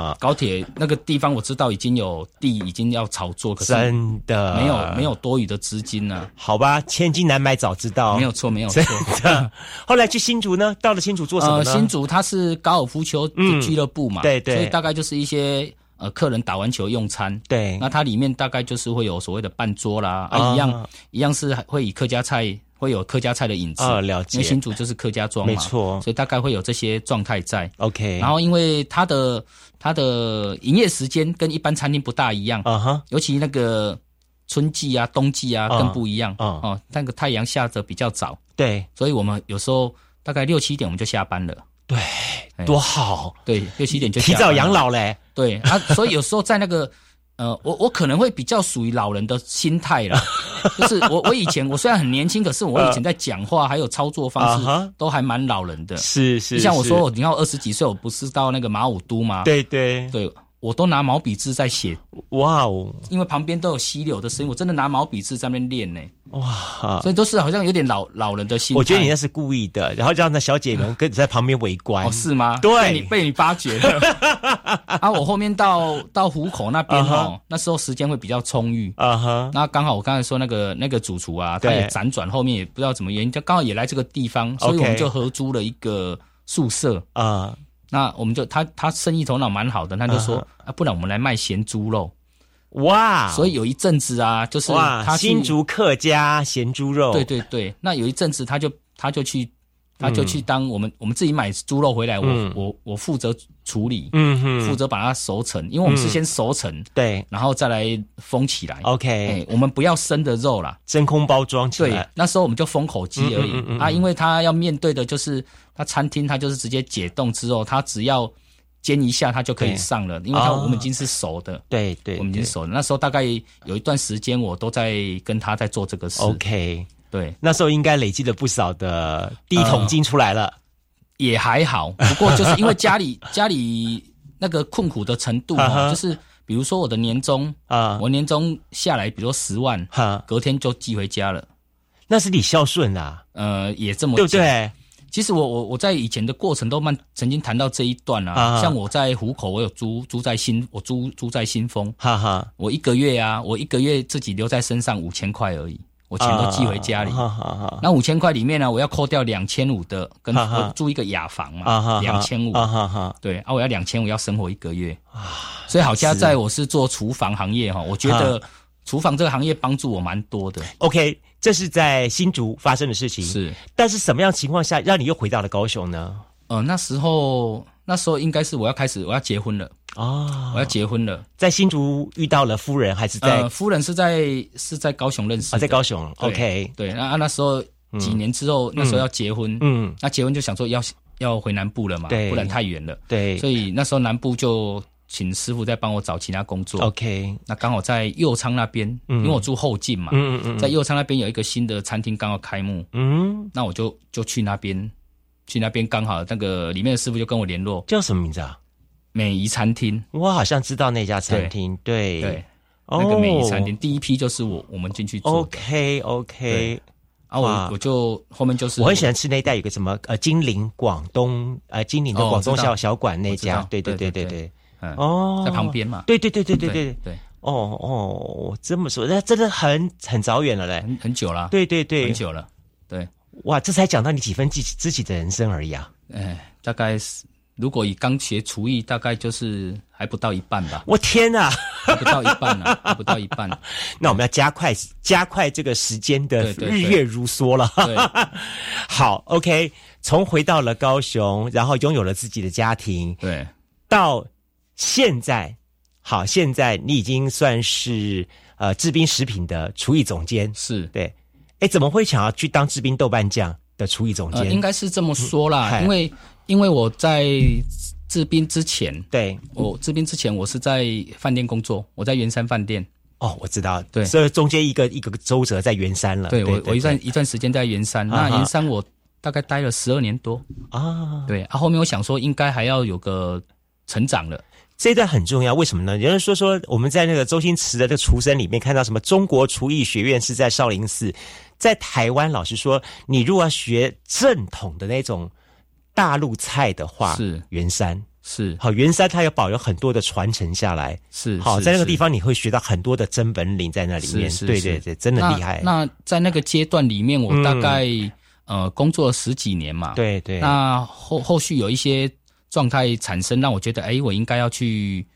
[SPEAKER 2] 啊，
[SPEAKER 3] 高铁那个地方我知道已经有地已经要炒作，可是
[SPEAKER 2] 真的
[SPEAKER 3] 没有没有多余的资金呢、
[SPEAKER 2] 好吧，千金难买早知道，
[SPEAKER 3] 没有错没有错
[SPEAKER 2] 哦真。的。后来去新竹呢，到了新竹做什么
[SPEAKER 3] 呃，
[SPEAKER 2] 呢？
[SPEAKER 3] 新竹它是高尔夫球的俱乐部嘛，
[SPEAKER 2] 嗯对对
[SPEAKER 3] 所以大概就是一些呃客人打完球用餐，
[SPEAKER 2] 对
[SPEAKER 3] 那它里面大概就是会有所谓的半桌啦，
[SPEAKER 2] 嗯啊
[SPEAKER 3] 啊，一样一样是会以客家菜会有客家菜的影子，
[SPEAKER 2] 啊了解
[SPEAKER 3] 因为新竹就是客家庄嘛，
[SPEAKER 2] 没错
[SPEAKER 3] 所以大概会有这些状态在。
[SPEAKER 2] ，OK，
[SPEAKER 3] 然后因为它的它的营业时间跟一般餐厅不大一样，
[SPEAKER 2] 啊哈，
[SPEAKER 3] 尤其那个春季啊、冬季啊
[SPEAKER 2] 啊
[SPEAKER 3] 更不一样
[SPEAKER 2] 啊
[SPEAKER 3] 哦，那个太阳下的比较早，
[SPEAKER 2] 对
[SPEAKER 3] 所以我们有时候大概六七点我们就下班了。
[SPEAKER 2] 对，
[SPEAKER 3] 哎
[SPEAKER 2] 多好，
[SPEAKER 3] 对，六七点就
[SPEAKER 2] 提
[SPEAKER 3] 下班
[SPEAKER 2] 早
[SPEAKER 3] 了
[SPEAKER 2] 养。老嘞，
[SPEAKER 3] 对啊，所以有时候在那个 呃，我我可能会比较属于老人的心态 啦，就是我我以前我虽然很年轻，可是我以前在讲话还有操作方式、
[SPEAKER 2] 啊哈
[SPEAKER 3] 都还蛮老人的。
[SPEAKER 2] 是是
[SPEAKER 3] 就像我
[SPEAKER 2] 是
[SPEAKER 3] 说，我你看我二十几岁，我不是到那个马武都吗？
[SPEAKER 2] 对对，
[SPEAKER 3] 对。我都拿毛笔字在写，
[SPEAKER 2] 哇哦
[SPEAKER 3] 因为旁边都有溪流的声音，我真的拿毛笔字在那边练呢、
[SPEAKER 2] 哇。
[SPEAKER 3] 所以都是好像有点老老人的心态。
[SPEAKER 2] 啊我觉得你那是故意的，然后让那小 姐们跟在旁边围观。
[SPEAKER 3] 哦，是吗？
[SPEAKER 2] 对
[SPEAKER 3] 被你被你发觉 了。啊，我后面到到虎口那边
[SPEAKER 2] 啊哈
[SPEAKER 3] 哦，那时候时间会比较充裕。
[SPEAKER 2] 啊哈，
[SPEAKER 3] 那刚好我刚才说那个那个主厨啊，
[SPEAKER 2] 对
[SPEAKER 3] 他也辗转，后面也不知道怎么原因，就刚好也来这个地方，所以
[SPEAKER 2] OK
[SPEAKER 3] 我们就合租了一个宿舍。
[SPEAKER 2] 啊，
[SPEAKER 3] 那我们就他他生意头脑蛮好的，他就说
[SPEAKER 2] 啊
[SPEAKER 3] 啊，不然我们来卖咸猪肉。
[SPEAKER 2] 哇！
[SPEAKER 3] 所以有一阵子啊，就是
[SPEAKER 2] 哇，
[SPEAKER 3] 他去
[SPEAKER 2] 新竹客家咸猪肉，
[SPEAKER 3] 对对对，那有一阵子他就他就去他就去当我们、我们自己买猪肉回来，我、
[SPEAKER 2] 嗯
[SPEAKER 3] 我我负责处理，
[SPEAKER 2] 嗯哼，
[SPEAKER 3] 负责把它熟成，因为我们是先熟成，
[SPEAKER 2] 对
[SPEAKER 3] 然后再来封起来。哎、
[SPEAKER 2] ，OK，
[SPEAKER 3] 我们不要生的肉啦。
[SPEAKER 2] 真空包装起
[SPEAKER 3] 对
[SPEAKER 2] 来，，
[SPEAKER 3] 那时候我们就封口机而已、
[SPEAKER 2] 嗯嗯嗯嗯
[SPEAKER 3] 啊，因为他要面对的就是他餐厅，他就是直接解冻之后，他只要煎一下，他就可以
[SPEAKER 2] 对
[SPEAKER 3] 上了，因为他、
[SPEAKER 2] 哦
[SPEAKER 3] 我们已经是熟的，
[SPEAKER 2] 对对，
[SPEAKER 3] 我们已经
[SPEAKER 2] 对
[SPEAKER 3] 熟了。那时候大概有一段时间，我都在跟他在做这个事。
[SPEAKER 2] OK，
[SPEAKER 3] 对，
[SPEAKER 2] 那时候应该累积了不少的第一桶金出来了，
[SPEAKER 3] 也还好，不过就是因为家里 家里那个困苦的程度、
[SPEAKER 2] 啊哈
[SPEAKER 3] 哦，就是比如说我的年终，
[SPEAKER 2] 啊
[SPEAKER 3] 我年终下来，比如说十万，
[SPEAKER 2] 哈，
[SPEAKER 3] 隔天就寄回家了。
[SPEAKER 2] 那是李孝顺啊，
[SPEAKER 3] 呃，也这么
[SPEAKER 2] 对不
[SPEAKER 3] 讲？
[SPEAKER 2] 对？
[SPEAKER 3] 其实我我我在以前的过程都慢曾经谈到这一段啊，
[SPEAKER 2] 啊
[SPEAKER 3] 像我在虎口，我有租租在新，我租租在新丰，
[SPEAKER 2] 哈哈，
[SPEAKER 3] 我一个月啊，我一个月自己留在身上五千块而已，我钱都寄回家里。
[SPEAKER 2] 啊哈哈
[SPEAKER 3] 那五千块里面啊呢，我要扣掉两千五的，跟
[SPEAKER 2] 啊哈
[SPEAKER 3] 我住一个雅房
[SPEAKER 2] 啊
[SPEAKER 3] 嘛，
[SPEAKER 2] 哈，
[SPEAKER 3] 两千五
[SPEAKER 2] 啊哈哈，
[SPEAKER 3] 对啊，我要两千五要生活一个月所以好家在我是做厨房行业哈，我觉得
[SPEAKER 2] 啊
[SPEAKER 3] 厨房这个行业帮助我蛮多的，
[SPEAKER 2] OK，这是在新竹发生的事情，，
[SPEAKER 3] 是
[SPEAKER 2] 但是什么样情况下让你又回到了高雄呢？
[SPEAKER 3] 呃那时候那时候应该是我要开始我要结婚了，
[SPEAKER 2] 啊
[SPEAKER 3] 我要结婚了，
[SPEAKER 2] 在新竹遇到了夫人，还是在
[SPEAKER 3] 呃夫人是在是在高雄认识的，
[SPEAKER 2] 啊，在高雄
[SPEAKER 3] 对
[SPEAKER 2] ，OK，
[SPEAKER 3] 对，那啊那时候几年之后、那时候要结婚，
[SPEAKER 2] 嗯，
[SPEAKER 3] 那结婚就想说要要回南部了嘛，
[SPEAKER 2] 对
[SPEAKER 3] 不然太远了，
[SPEAKER 2] 对，
[SPEAKER 3] 所以那时候南部就请师傅再帮我找其他工作
[SPEAKER 2] OK，
[SPEAKER 3] 那刚好在右昌那边，
[SPEAKER 2] 哦嗯
[SPEAKER 3] 因为我住后进嘛，
[SPEAKER 2] 嗯嗯嗯，
[SPEAKER 3] 在右昌那边有一个新的餐厅刚好开幕，
[SPEAKER 2] 嗯，
[SPEAKER 3] 那我就就去那边，去那边刚好那个里面的师傅就跟我联络
[SPEAKER 2] 叫什么名字啊？
[SPEAKER 3] 美宜餐厅，
[SPEAKER 2] 我好像知道那家餐厅，对
[SPEAKER 3] 对，
[SPEAKER 2] 哦
[SPEAKER 3] 那个美宜餐厅第一批就是我我们进去做的，
[SPEAKER 2] OK OK，
[SPEAKER 3] 对啊我
[SPEAKER 2] 哇
[SPEAKER 3] 我就后面就是
[SPEAKER 2] 我很喜欢吃那一带有个什么呃金陵广东呃金陵的
[SPEAKER 3] 哦
[SPEAKER 2] 广东
[SPEAKER 3] 我知
[SPEAKER 2] 小
[SPEAKER 3] 道
[SPEAKER 2] 小馆那
[SPEAKER 3] 我
[SPEAKER 2] 家
[SPEAKER 3] 知道，
[SPEAKER 2] 对对
[SPEAKER 3] 对
[SPEAKER 2] 对
[SPEAKER 3] 对
[SPEAKER 2] 对，
[SPEAKER 3] 嗯
[SPEAKER 2] 哦，
[SPEAKER 3] 在旁，边嘛，
[SPEAKER 2] 对对对对对
[SPEAKER 3] 对
[SPEAKER 2] 对，哦哦，这么说那真的很很早远了嘞，
[SPEAKER 3] 很很久了，
[SPEAKER 2] 对对对
[SPEAKER 3] 很，久了，对，
[SPEAKER 2] 哇，这才讲到你几分之之己的人生而已啊，
[SPEAKER 3] 呃哎，大概是如果以钢琴厨艺，大概就是还不到一半
[SPEAKER 2] ，
[SPEAKER 3] 吧
[SPEAKER 2] 我天哪！
[SPEAKER 3] 还不到一半啊，还不到一半。
[SPEAKER 2] 那我们要加快加快这个时间的
[SPEAKER 3] 对对对
[SPEAKER 2] 日月如梭了。
[SPEAKER 3] 对
[SPEAKER 2] 好，OK，从回到了高雄，然后拥有了自己的家庭，
[SPEAKER 3] 对，
[SPEAKER 2] 到现在，好，现在你已经算是呃制冰食品的厨艺总监，
[SPEAKER 3] 是。
[SPEAKER 2] 对。哎，怎么会想要去当制冰豆瓣酱的厨艺总监？
[SPEAKER 3] 呃，应该是这么说啦，
[SPEAKER 2] 嗯嗨
[SPEAKER 3] 因为因为我在治病之前，
[SPEAKER 2] 对
[SPEAKER 3] 我治病之前我是在饭店工作，我在圆山饭店，
[SPEAKER 2] 哦，我知道，
[SPEAKER 3] 对
[SPEAKER 2] 所以中间一个一个周折在圆山了。
[SPEAKER 3] 对我我一段
[SPEAKER 2] 啊对
[SPEAKER 3] 一段时间在圆山，
[SPEAKER 2] 啊
[SPEAKER 3] 那
[SPEAKER 2] 哈
[SPEAKER 3] 圆山我大概待了十二年多，
[SPEAKER 2] 啊，
[SPEAKER 3] 对啊，后面我想说应该还要有个成长了，
[SPEAKER 2] 这一段很重要，为什么呢？有人说说我们在那个周星驰的这个《厨神》里面看到什么中国厨艺学院是在少林寺，在台湾，老实说，你如果要学正统的那种大陆菜的话，
[SPEAKER 3] 是
[SPEAKER 2] 圆山。
[SPEAKER 3] 是
[SPEAKER 2] 好，圆山它有保留很多的传承下来。
[SPEAKER 3] 是
[SPEAKER 2] 好，
[SPEAKER 3] 是
[SPEAKER 2] 在那个
[SPEAKER 3] 是
[SPEAKER 2] 地方你会学到很多的真本领在那里面。
[SPEAKER 3] 是是
[SPEAKER 2] 对
[SPEAKER 3] 是
[SPEAKER 2] 对对，真的厉害。
[SPEAKER 3] 那。那在那个阶段里面，我
[SPEAKER 2] 嗯
[SPEAKER 3] 大概、呃工作了十几年嘛，
[SPEAKER 2] 对对，
[SPEAKER 3] 那后后续有一些状态产生，让我觉得，哎，我应该要去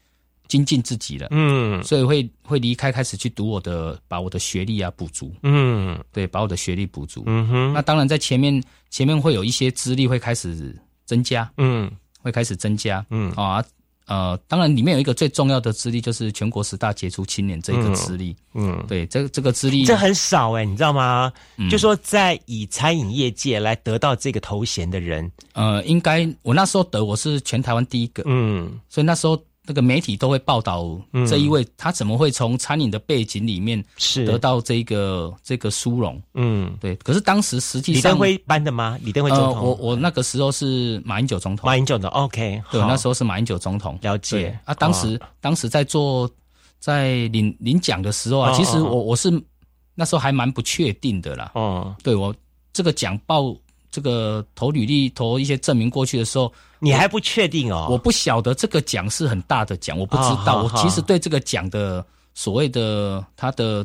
[SPEAKER 3] 精进自己了，
[SPEAKER 2] 嗯
[SPEAKER 3] 所以会会离开，开始去读我的，把我的学历啊补足，
[SPEAKER 2] 嗯
[SPEAKER 3] 对，把我的学历补足。
[SPEAKER 2] 嗯哼，
[SPEAKER 3] 那当然，在前面前面会有一些资历会开始增加，
[SPEAKER 2] 嗯
[SPEAKER 3] 会开始增加，
[SPEAKER 2] 嗯
[SPEAKER 3] 啊。呃，当然，里面有一个最重要的资历，就是全国十大杰出青年这个资历。
[SPEAKER 2] 嗯，
[SPEAKER 3] 对，这这个资历，
[SPEAKER 2] 这很少哎、你知道吗？
[SPEAKER 3] 嗯
[SPEAKER 2] 就说在以餐饮业界来得到这个头衔的人，
[SPEAKER 3] 呃，应该我那时候得我是全台湾第一个，
[SPEAKER 2] 嗯
[SPEAKER 3] 所以那时候那个媒体都会报道
[SPEAKER 2] 嗯
[SPEAKER 3] 这一位，他怎么会从餐饮的背景里面
[SPEAKER 2] 是
[SPEAKER 3] 得到这个这个殊荣？
[SPEAKER 2] 嗯，
[SPEAKER 3] 对，可是当时实际
[SPEAKER 2] 李
[SPEAKER 3] 上
[SPEAKER 2] 登，辉颁的吗？李登辉总
[SPEAKER 3] 呃，
[SPEAKER 2] 统，
[SPEAKER 3] 我我那个时候是马英九总统
[SPEAKER 2] 马，英九的 OK，
[SPEAKER 3] 对，
[SPEAKER 2] 好
[SPEAKER 3] 那时候是马英九总统，
[SPEAKER 2] 了解
[SPEAKER 3] 对啊，当时当时在做在领领奖的时候啊，
[SPEAKER 2] 哦
[SPEAKER 3] 其实
[SPEAKER 2] 哦哦
[SPEAKER 3] 我我是那时候还蛮不确定的啦，
[SPEAKER 2] 哦，
[SPEAKER 3] 对我这个奖报。这个投履历、投一些证明过去的时候，
[SPEAKER 2] 你还不确定哦？
[SPEAKER 3] 我不晓得这个奖是很大的奖，我不知道。
[SPEAKER 2] 啊
[SPEAKER 3] 我
[SPEAKER 2] 好
[SPEAKER 3] 其实对这个奖的所谓的他的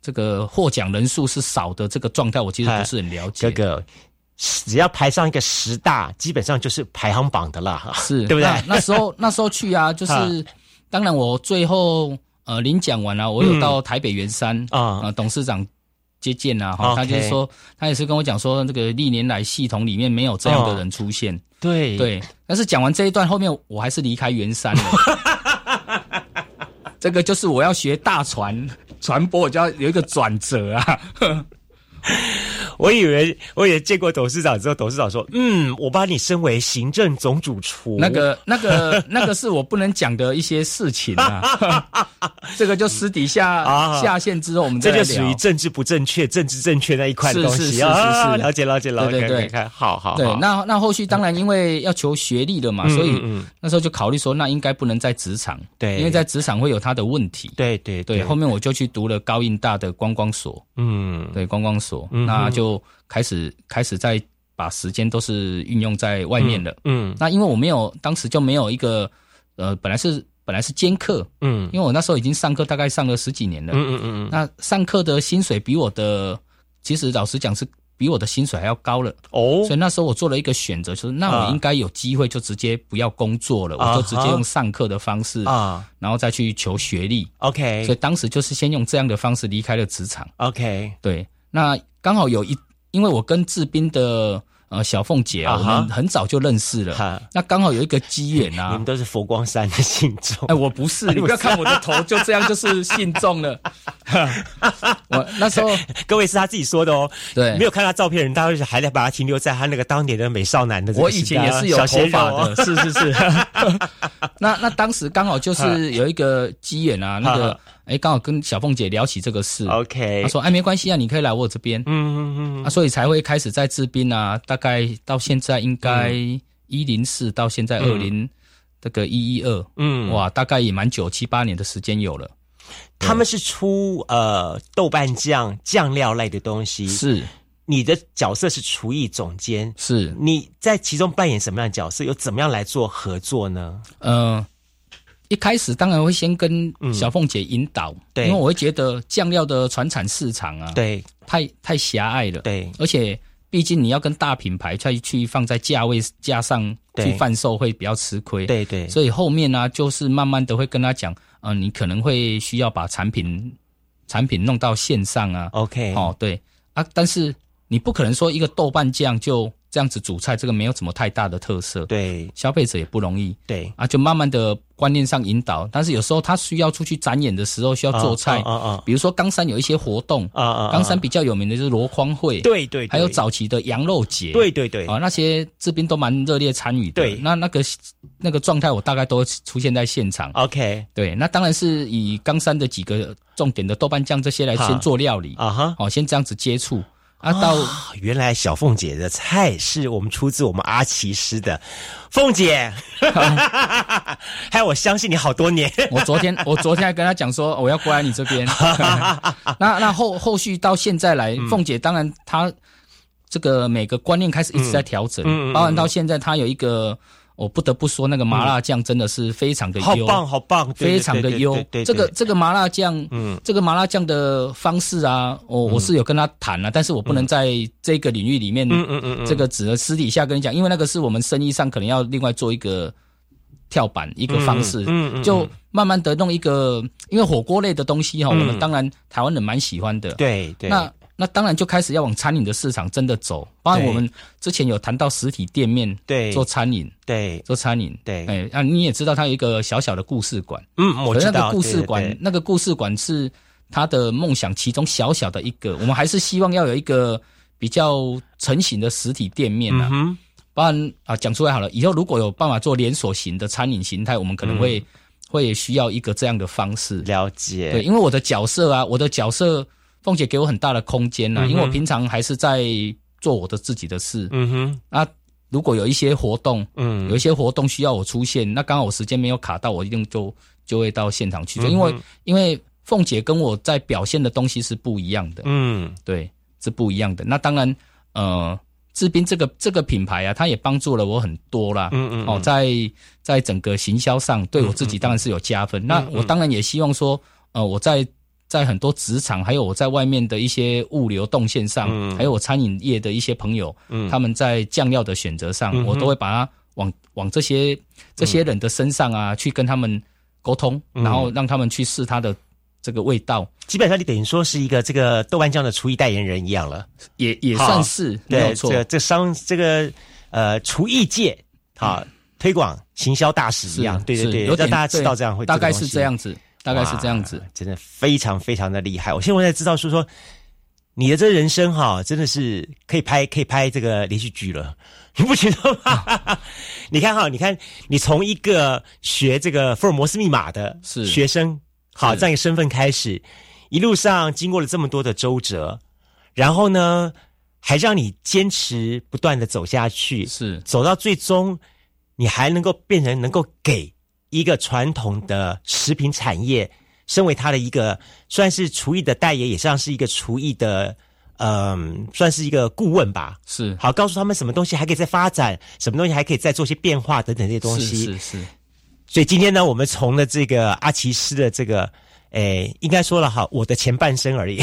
[SPEAKER 3] 这个获奖人数是少的这个状态，我其实不是很了解。
[SPEAKER 2] 哎哥哥，只要排上一个十大，基本上就是排行榜的啦，
[SPEAKER 3] 是
[SPEAKER 2] 对不对？
[SPEAKER 3] 那那时 候那时候去啊，就
[SPEAKER 2] 啊
[SPEAKER 3] 是当然我最后呃领奖完了、我有到台北圆山
[SPEAKER 2] 啊
[SPEAKER 3] 啊、呃董事长。接见啊，哈，
[SPEAKER 2] OK
[SPEAKER 3] 他就是说，他也是跟我讲说，这个历年来系统里面没有这样的人出现，
[SPEAKER 2] 对，
[SPEAKER 3] 对，但是讲完这一段，后面我还是离开圆 山了。这个就是我要学大船传播，我就要有一个转折啊。
[SPEAKER 2] 哦我以为我也见过董事长之后，董事长说，嗯，我把你升为行政总主厨，
[SPEAKER 3] 那个、那个、那个是我不能讲的一些事情 啊。这个就私底下、
[SPEAKER 2] 啊
[SPEAKER 3] 下线之后，我们再
[SPEAKER 2] 这
[SPEAKER 3] 来
[SPEAKER 2] 就
[SPEAKER 3] 聊
[SPEAKER 2] 属于政治不正确、政治正确那一块的
[SPEAKER 3] 是
[SPEAKER 2] 东西
[SPEAKER 3] 是是是
[SPEAKER 2] 啊，
[SPEAKER 3] 是
[SPEAKER 2] 了解了解了解，
[SPEAKER 3] 对对对
[SPEAKER 2] 看，好好
[SPEAKER 3] 对
[SPEAKER 2] 好。
[SPEAKER 3] 那那后续当然因为要求学历了嘛，
[SPEAKER 2] 啊嗯
[SPEAKER 3] 所以
[SPEAKER 2] 嗯嗯
[SPEAKER 3] 那时候就考虑说，那应该不能在职场，
[SPEAKER 2] 对
[SPEAKER 3] 因为在职场会有他的问题。
[SPEAKER 2] 对对
[SPEAKER 3] 对，后面我就去读了高应大的观光所。
[SPEAKER 2] 嗯
[SPEAKER 3] 对观光所，
[SPEAKER 2] 嗯哼
[SPEAKER 3] 那就开始开始在把时间都是运用在外面了。
[SPEAKER 2] 嗯
[SPEAKER 3] 那因为我没有当时就没有一个呃，本来是本来是兼课，
[SPEAKER 2] 嗯
[SPEAKER 3] 因为我那时候已经上课大概上了十几年了。
[SPEAKER 2] 嗯嗯嗯嗯，
[SPEAKER 3] 那上课的薪水比我的，其实老实讲是比我的薪水还要高了。
[SPEAKER 2] 哦
[SPEAKER 3] 所以那时候我做了一个选择，就是那
[SPEAKER 2] 啊
[SPEAKER 3] 我应该有机会就直接不要工作了，
[SPEAKER 2] 啊
[SPEAKER 3] 我就直接
[SPEAKER 2] 哈
[SPEAKER 3] 用上课的方式，
[SPEAKER 2] 啊哎
[SPEAKER 3] 然后再去求学历。
[SPEAKER 2] ，OK
[SPEAKER 3] 所以当时就是先用这样的方式离开了职场。
[SPEAKER 2] OK，
[SPEAKER 3] 对，那刚好有一，因为我跟志斌的呃小凤姐啊，
[SPEAKER 2] 啊
[SPEAKER 3] 我
[SPEAKER 2] 哈
[SPEAKER 3] 们很早就认识
[SPEAKER 2] 哈
[SPEAKER 3] 了，那刚好有一个机缘
[SPEAKER 2] 你
[SPEAKER 3] 啊
[SPEAKER 2] 们。都是佛光山的信众
[SPEAKER 3] 哎，，我不是，你不要看我的头就这样，就是信中 了。我那时候
[SPEAKER 2] 各位是他自己说的哦，
[SPEAKER 3] 对
[SPEAKER 2] 没有看他照片的人，大家就是还在把他停留在他那个当年的美少男的这个
[SPEAKER 3] 我以
[SPEAKER 2] 时
[SPEAKER 3] 前
[SPEAKER 2] 代
[SPEAKER 3] 也
[SPEAKER 2] 啊
[SPEAKER 3] 是有
[SPEAKER 2] 小
[SPEAKER 3] 头
[SPEAKER 2] 鲜肉
[SPEAKER 3] 发
[SPEAKER 2] 哦
[SPEAKER 3] 的，是是 是。那那当时刚好
[SPEAKER 2] 嗯
[SPEAKER 3] 就是有一个机缘啊，那
[SPEAKER 2] 哈
[SPEAKER 3] 个哎，刚好跟小凤姐聊起这个事，
[SPEAKER 2] 嗯，OK，
[SPEAKER 3] 她说哎没关系啊，你可以来我这边，
[SPEAKER 2] 嗯嗯嗯
[SPEAKER 3] 啊，所以才会开始在治病啊，大概到现在应该
[SPEAKER 2] 嗯
[SPEAKER 3] 一零四到现在二零、这个一一二，
[SPEAKER 2] 嗯，哇，
[SPEAKER 3] 哇，大概也蛮久七八年的时间有了，
[SPEAKER 2] 他们是出呃豆瓣酱酱料类的东西，
[SPEAKER 3] 是
[SPEAKER 2] 你的角色是厨艺总监，
[SPEAKER 3] 是，
[SPEAKER 2] 你在其中扮演什么样的角色？又怎么样来做合作呢？
[SPEAKER 3] 呃，一开始当然会先跟小凤姐引导，
[SPEAKER 2] 嗯对
[SPEAKER 3] 因为我会觉得酱料的传产市场啊，，
[SPEAKER 2] 对
[SPEAKER 3] 太太狭隘了，，
[SPEAKER 2] 对，
[SPEAKER 3] 而且毕竟你要跟大品牌再去放在价位加上去
[SPEAKER 2] 对
[SPEAKER 3] 贩售会比较吃亏。
[SPEAKER 2] 对对，
[SPEAKER 3] 所以后面呢、就是慢慢的会跟他讲，嗯、你可能会需要把产品产品弄到线上啊，
[SPEAKER 2] OK，
[SPEAKER 3] 哦，对啊，但是你不可能说一个豆瓣酱就这样子煮菜，这个没有什么太大的特色，
[SPEAKER 2] 对
[SPEAKER 3] 消费者也不容易
[SPEAKER 2] 对，
[SPEAKER 3] 啊，就慢慢的观念上引导，但是有时候他需要出去展演的时候需要做菜，
[SPEAKER 2] 啊啊
[SPEAKER 3] 比如说冈山有一些活动，
[SPEAKER 2] 啊啊，
[SPEAKER 3] 冈山比较有名的就是箩筐会，
[SPEAKER 2] 对对，
[SPEAKER 3] 还有早期的羊肉节，
[SPEAKER 2] 对对对
[SPEAKER 3] 啊、那些这边都蛮热烈参与的。
[SPEAKER 2] 对
[SPEAKER 3] 那那个那个状态，我大概都会出现在现场。
[SPEAKER 2] ，OK
[SPEAKER 3] 对，那当然是以冈山的几个重点的豆瓣酱这些来
[SPEAKER 2] 好
[SPEAKER 3] 先做料理，
[SPEAKER 2] 啊哈。
[SPEAKER 3] 哦，先这样子接触。啊，到
[SPEAKER 2] 啊原来小凤姐的菜是我们出自我们阿奇师的，凤姐， 还有我相信你好多年，
[SPEAKER 3] 我昨 天，我昨天还跟他讲说，我要过来你这边。 那那后后续到现在来，
[SPEAKER 2] 嗯
[SPEAKER 3] 凤姐当然她这个每个观念开始一直在调整，
[SPEAKER 2] 嗯嗯嗯
[SPEAKER 3] 包含到现在她有一个，我不得不说那个麻辣酱真的是非常的
[SPEAKER 2] 好
[SPEAKER 3] 优，
[SPEAKER 2] 棒好棒，对
[SPEAKER 3] 非常的优
[SPEAKER 2] 对对对对。
[SPEAKER 3] 这个
[SPEAKER 2] 对
[SPEAKER 3] 这个麻辣酱，
[SPEAKER 2] 嗯
[SPEAKER 3] 这个麻辣酱的方式啊，我我是有跟他谈了、啊但是我不能在这个领域里面，
[SPEAKER 2] 嗯嗯嗯嗯
[SPEAKER 3] 这个只能私底下跟你讲，因为那个是我们生意上可能要另外做一个跳板一个方式，
[SPEAKER 2] 嗯嗯嗯嗯
[SPEAKER 3] 就慢慢的弄一个，因为火锅类的东西哈、
[SPEAKER 2] 嗯
[SPEAKER 3] 我们当然台湾人蛮喜欢的，，
[SPEAKER 2] 对对，
[SPEAKER 3] 那。那当然就开始要往餐饮的市场真的走，包含
[SPEAKER 2] 对
[SPEAKER 3] 我们之前有谈到实体店面
[SPEAKER 2] 对
[SPEAKER 3] 做餐饮，
[SPEAKER 2] 对，
[SPEAKER 3] 做餐饮，
[SPEAKER 2] 对
[SPEAKER 3] 哎，那、你也知道它有一个小小的故事馆，
[SPEAKER 2] 嗯，我
[SPEAKER 3] 可是
[SPEAKER 2] 知
[SPEAKER 3] 那
[SPEAKER 2] 道
[SPEAKER 3] 个故事馆，
[SPEAKER 2] 对对对
[SPEAKER 3] 那个故事馆是他的梦想其中小小的一个。我们还是希望要有一个比较成型的实体店面
[SPEAKER 2] 嗯
[SPEAKER 3] 啊。
[SPEAKER 2] 哼，
[SPEAKER 3] 不然啊，讲出来好了，以后如果有办法做连锁型的餐饮形态，我们可能会、
[SPEAKER 2] 嗯
[SPEAKER 3] 会需要一个这样的方式。
[SPEAKER 2] 了解，
[SPEAKER 3] 对，因为我的角色啊，我的角色，凤姐给我很大的空间呐、
[SPEAKER 2] 嗯哼
[SPEAKER 3] 因为我平常还是在做我的自己的事。
[SPEAKER 2] 嗯哼，
[SPEAKER 3] 啊，如果有一些活动，
[SPEAKER 2] 嗯，
[SPEAKER 3] 有一些活动需要我出现，那刚好我时间没有卡到，我一定就就会到现场去
[SPEAKER 2] 嗯
[SPEAKER 3] 做，因为因为凤姐跟我在表现的东西是不一样的，
[SPEAKER 2] 嗯
[SPEAKER 3] 对，是不一样的。那当然，呃，志斌这个这个品牌啊，它也帮助了我很多啦，
[SPEAKER 2] 嗯嗯
[SPEAKER 3] 哦，
[SPEAKER 2] 嗯
[SPEAKER 3] 在在整个行销上，对我自己当然是有加
[SPEAKER 2] 嗯
[SPEAKER 3] 分。那我当然也希望说，呃，我在在很多职场，还有我在外面的一些物流动线上，
[SPEAKER 2] 嗯
[SPEAKER 3] 还有我餐饮业的一些朋友，
[SPEAKER 2] 嗯
[SPEAKER 3] 他们在酱料的选择上，
[SPEAKER 2] 嗯哼
[SPEAKER 3] 我都会把它往往这些这些人的身上啊，去跟他们沟通，
[SPEAKER 2] 嗯
[SPEAKER 3] 然后让他们去试它的这个味道，
[SPEAKER 2] 基本上你等于说是一个这个豆瓣酱的厨艺代言人一样了，
[SPEAKER 3] 也也
[SPEAKER 2] 好
[SPEAKER 3] 算是没有
[SPEAKER 2] 对，这
[SPEAKER 3] 错。
[SPEAKER 2] 个这商这个呃厨艺界好推广行销大使
[SPEAKER 3] 嗯是
[SPEAKER 2] 一样，对对
[SPEAKER 3] 是
[SPEAKER 2] 对，
[SPEAKER 3] 有
[SPEAKER 2] 让
[SPEAKER 3] 点
[SPEAKER 2] 大家知道
[SPEAKER 3] 对
[SPEAKER 2] 这样会
[SPEAKER 3] 大概是
[SPEAKER 2] 东西
[SPEAKER 3] 这样子，大概是这样子
[SPEAKER 2] 哇，，真的非常非常的厉害。我现在才知道说说你的这人生哈，真的是可以拍可以拍这个连续剧了，你不觉得吗？ 你看哈，你看你从一个学这个福尔摩斯密码的
[SPEAKER 3] 是
[SPEAKER 2] 学生，好
[SPEAKER 3] 是
[SPEAKER 2] 这样一个身份开始，一路上经过了这么多的周折，然后呢，还让你坚持不断的走下去，
[SPEAKER 3] 是
[SPEAKER 2] 走到最终，你还能够变成能够给一个传统的食品产业，身为它的一个算是厨艺的代言，也像是一个厨艺的，嗯、算是一个顾问吧。
[SPEAKER 3] 是
[SPEAKER 2] 好，告诉他们什么东西还可以再发展，什么东西还可以再做一些变化等等这些东西。
[SPEAKER 3] 是是是，
[SPEAKER 2] 所以今天呢，我们从了这个阿奇师的这个，诶，应该说了哈，我的前半生而已，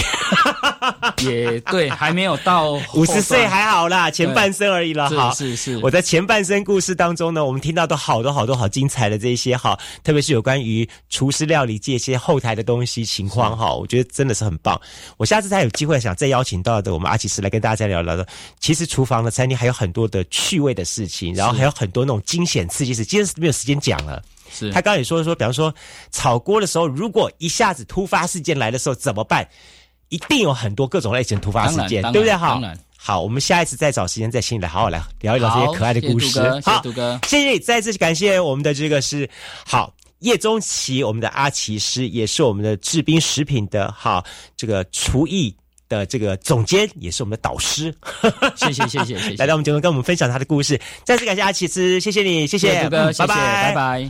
[SPEAKER 3] 也对，还没有到
[SPEAKER 2] 五十岁
[SPEAKER 3] 后
[SPEAKER 2] 还好啦，前半生而已啦。
[SPEAKER 3] 段
[SPEAKER 2] 哈。
[SPEAKER 3] 是是是，
[SPEAKER 2] 我在前半生故事当中呢，我们听到都好多好多好精彩的这些哈，特别是有关于厨师料理界一些后台的东西情况哈，我觉得真的是很棒。我下次再有机会想再邀请到的我们阿奇师来跟大家聊聊的，其实厨房的餐厅还有很多的趣味的事情，然后还有很多那种惊险刺激事，今天是没有时间讲了。
[SPEAKER 3] 是
[SPEAKER 2] 他刚才也说说，比方说炒锅的时候，如果一下子突发事件来的时候怎么办？一定有很多各种类型的突发事件，
[SPEAKER 3] 当然
[SPEAKER 2] 对不对？
[SPEAKER 3] 当然
[SPEAKER 2] 哈
[SPEAKER 3] 当然，
[SPEAKER 2] 好，我们下一次再找时间再请你来好好来聊一聊这些可爱的故事
[SPEAKER 3] 好谢谢杜。哥
[SPEAKER 2] 好
[SPEAKER 3] 谢谢杜哥
[SPEAKER 2] 谢谢你，再次感谢我们的这个是好。叶宗奇，我们的阿奇师，也是我们的制冰食品的哈，这个厨艺的这个总监，也是我们的导师，
[SPEAKER 3] 谢谢谢谢谢谢，
[SPEAKER 2] 来到我们节目跟我们分享他的故事。再次感谢阿奇师，谢谢你，谢
[SPEAKER 3] 谢谢杜哥，
[SPEAKER 2] 嗯
[SPEAKER 3] 谢谢，拜拜。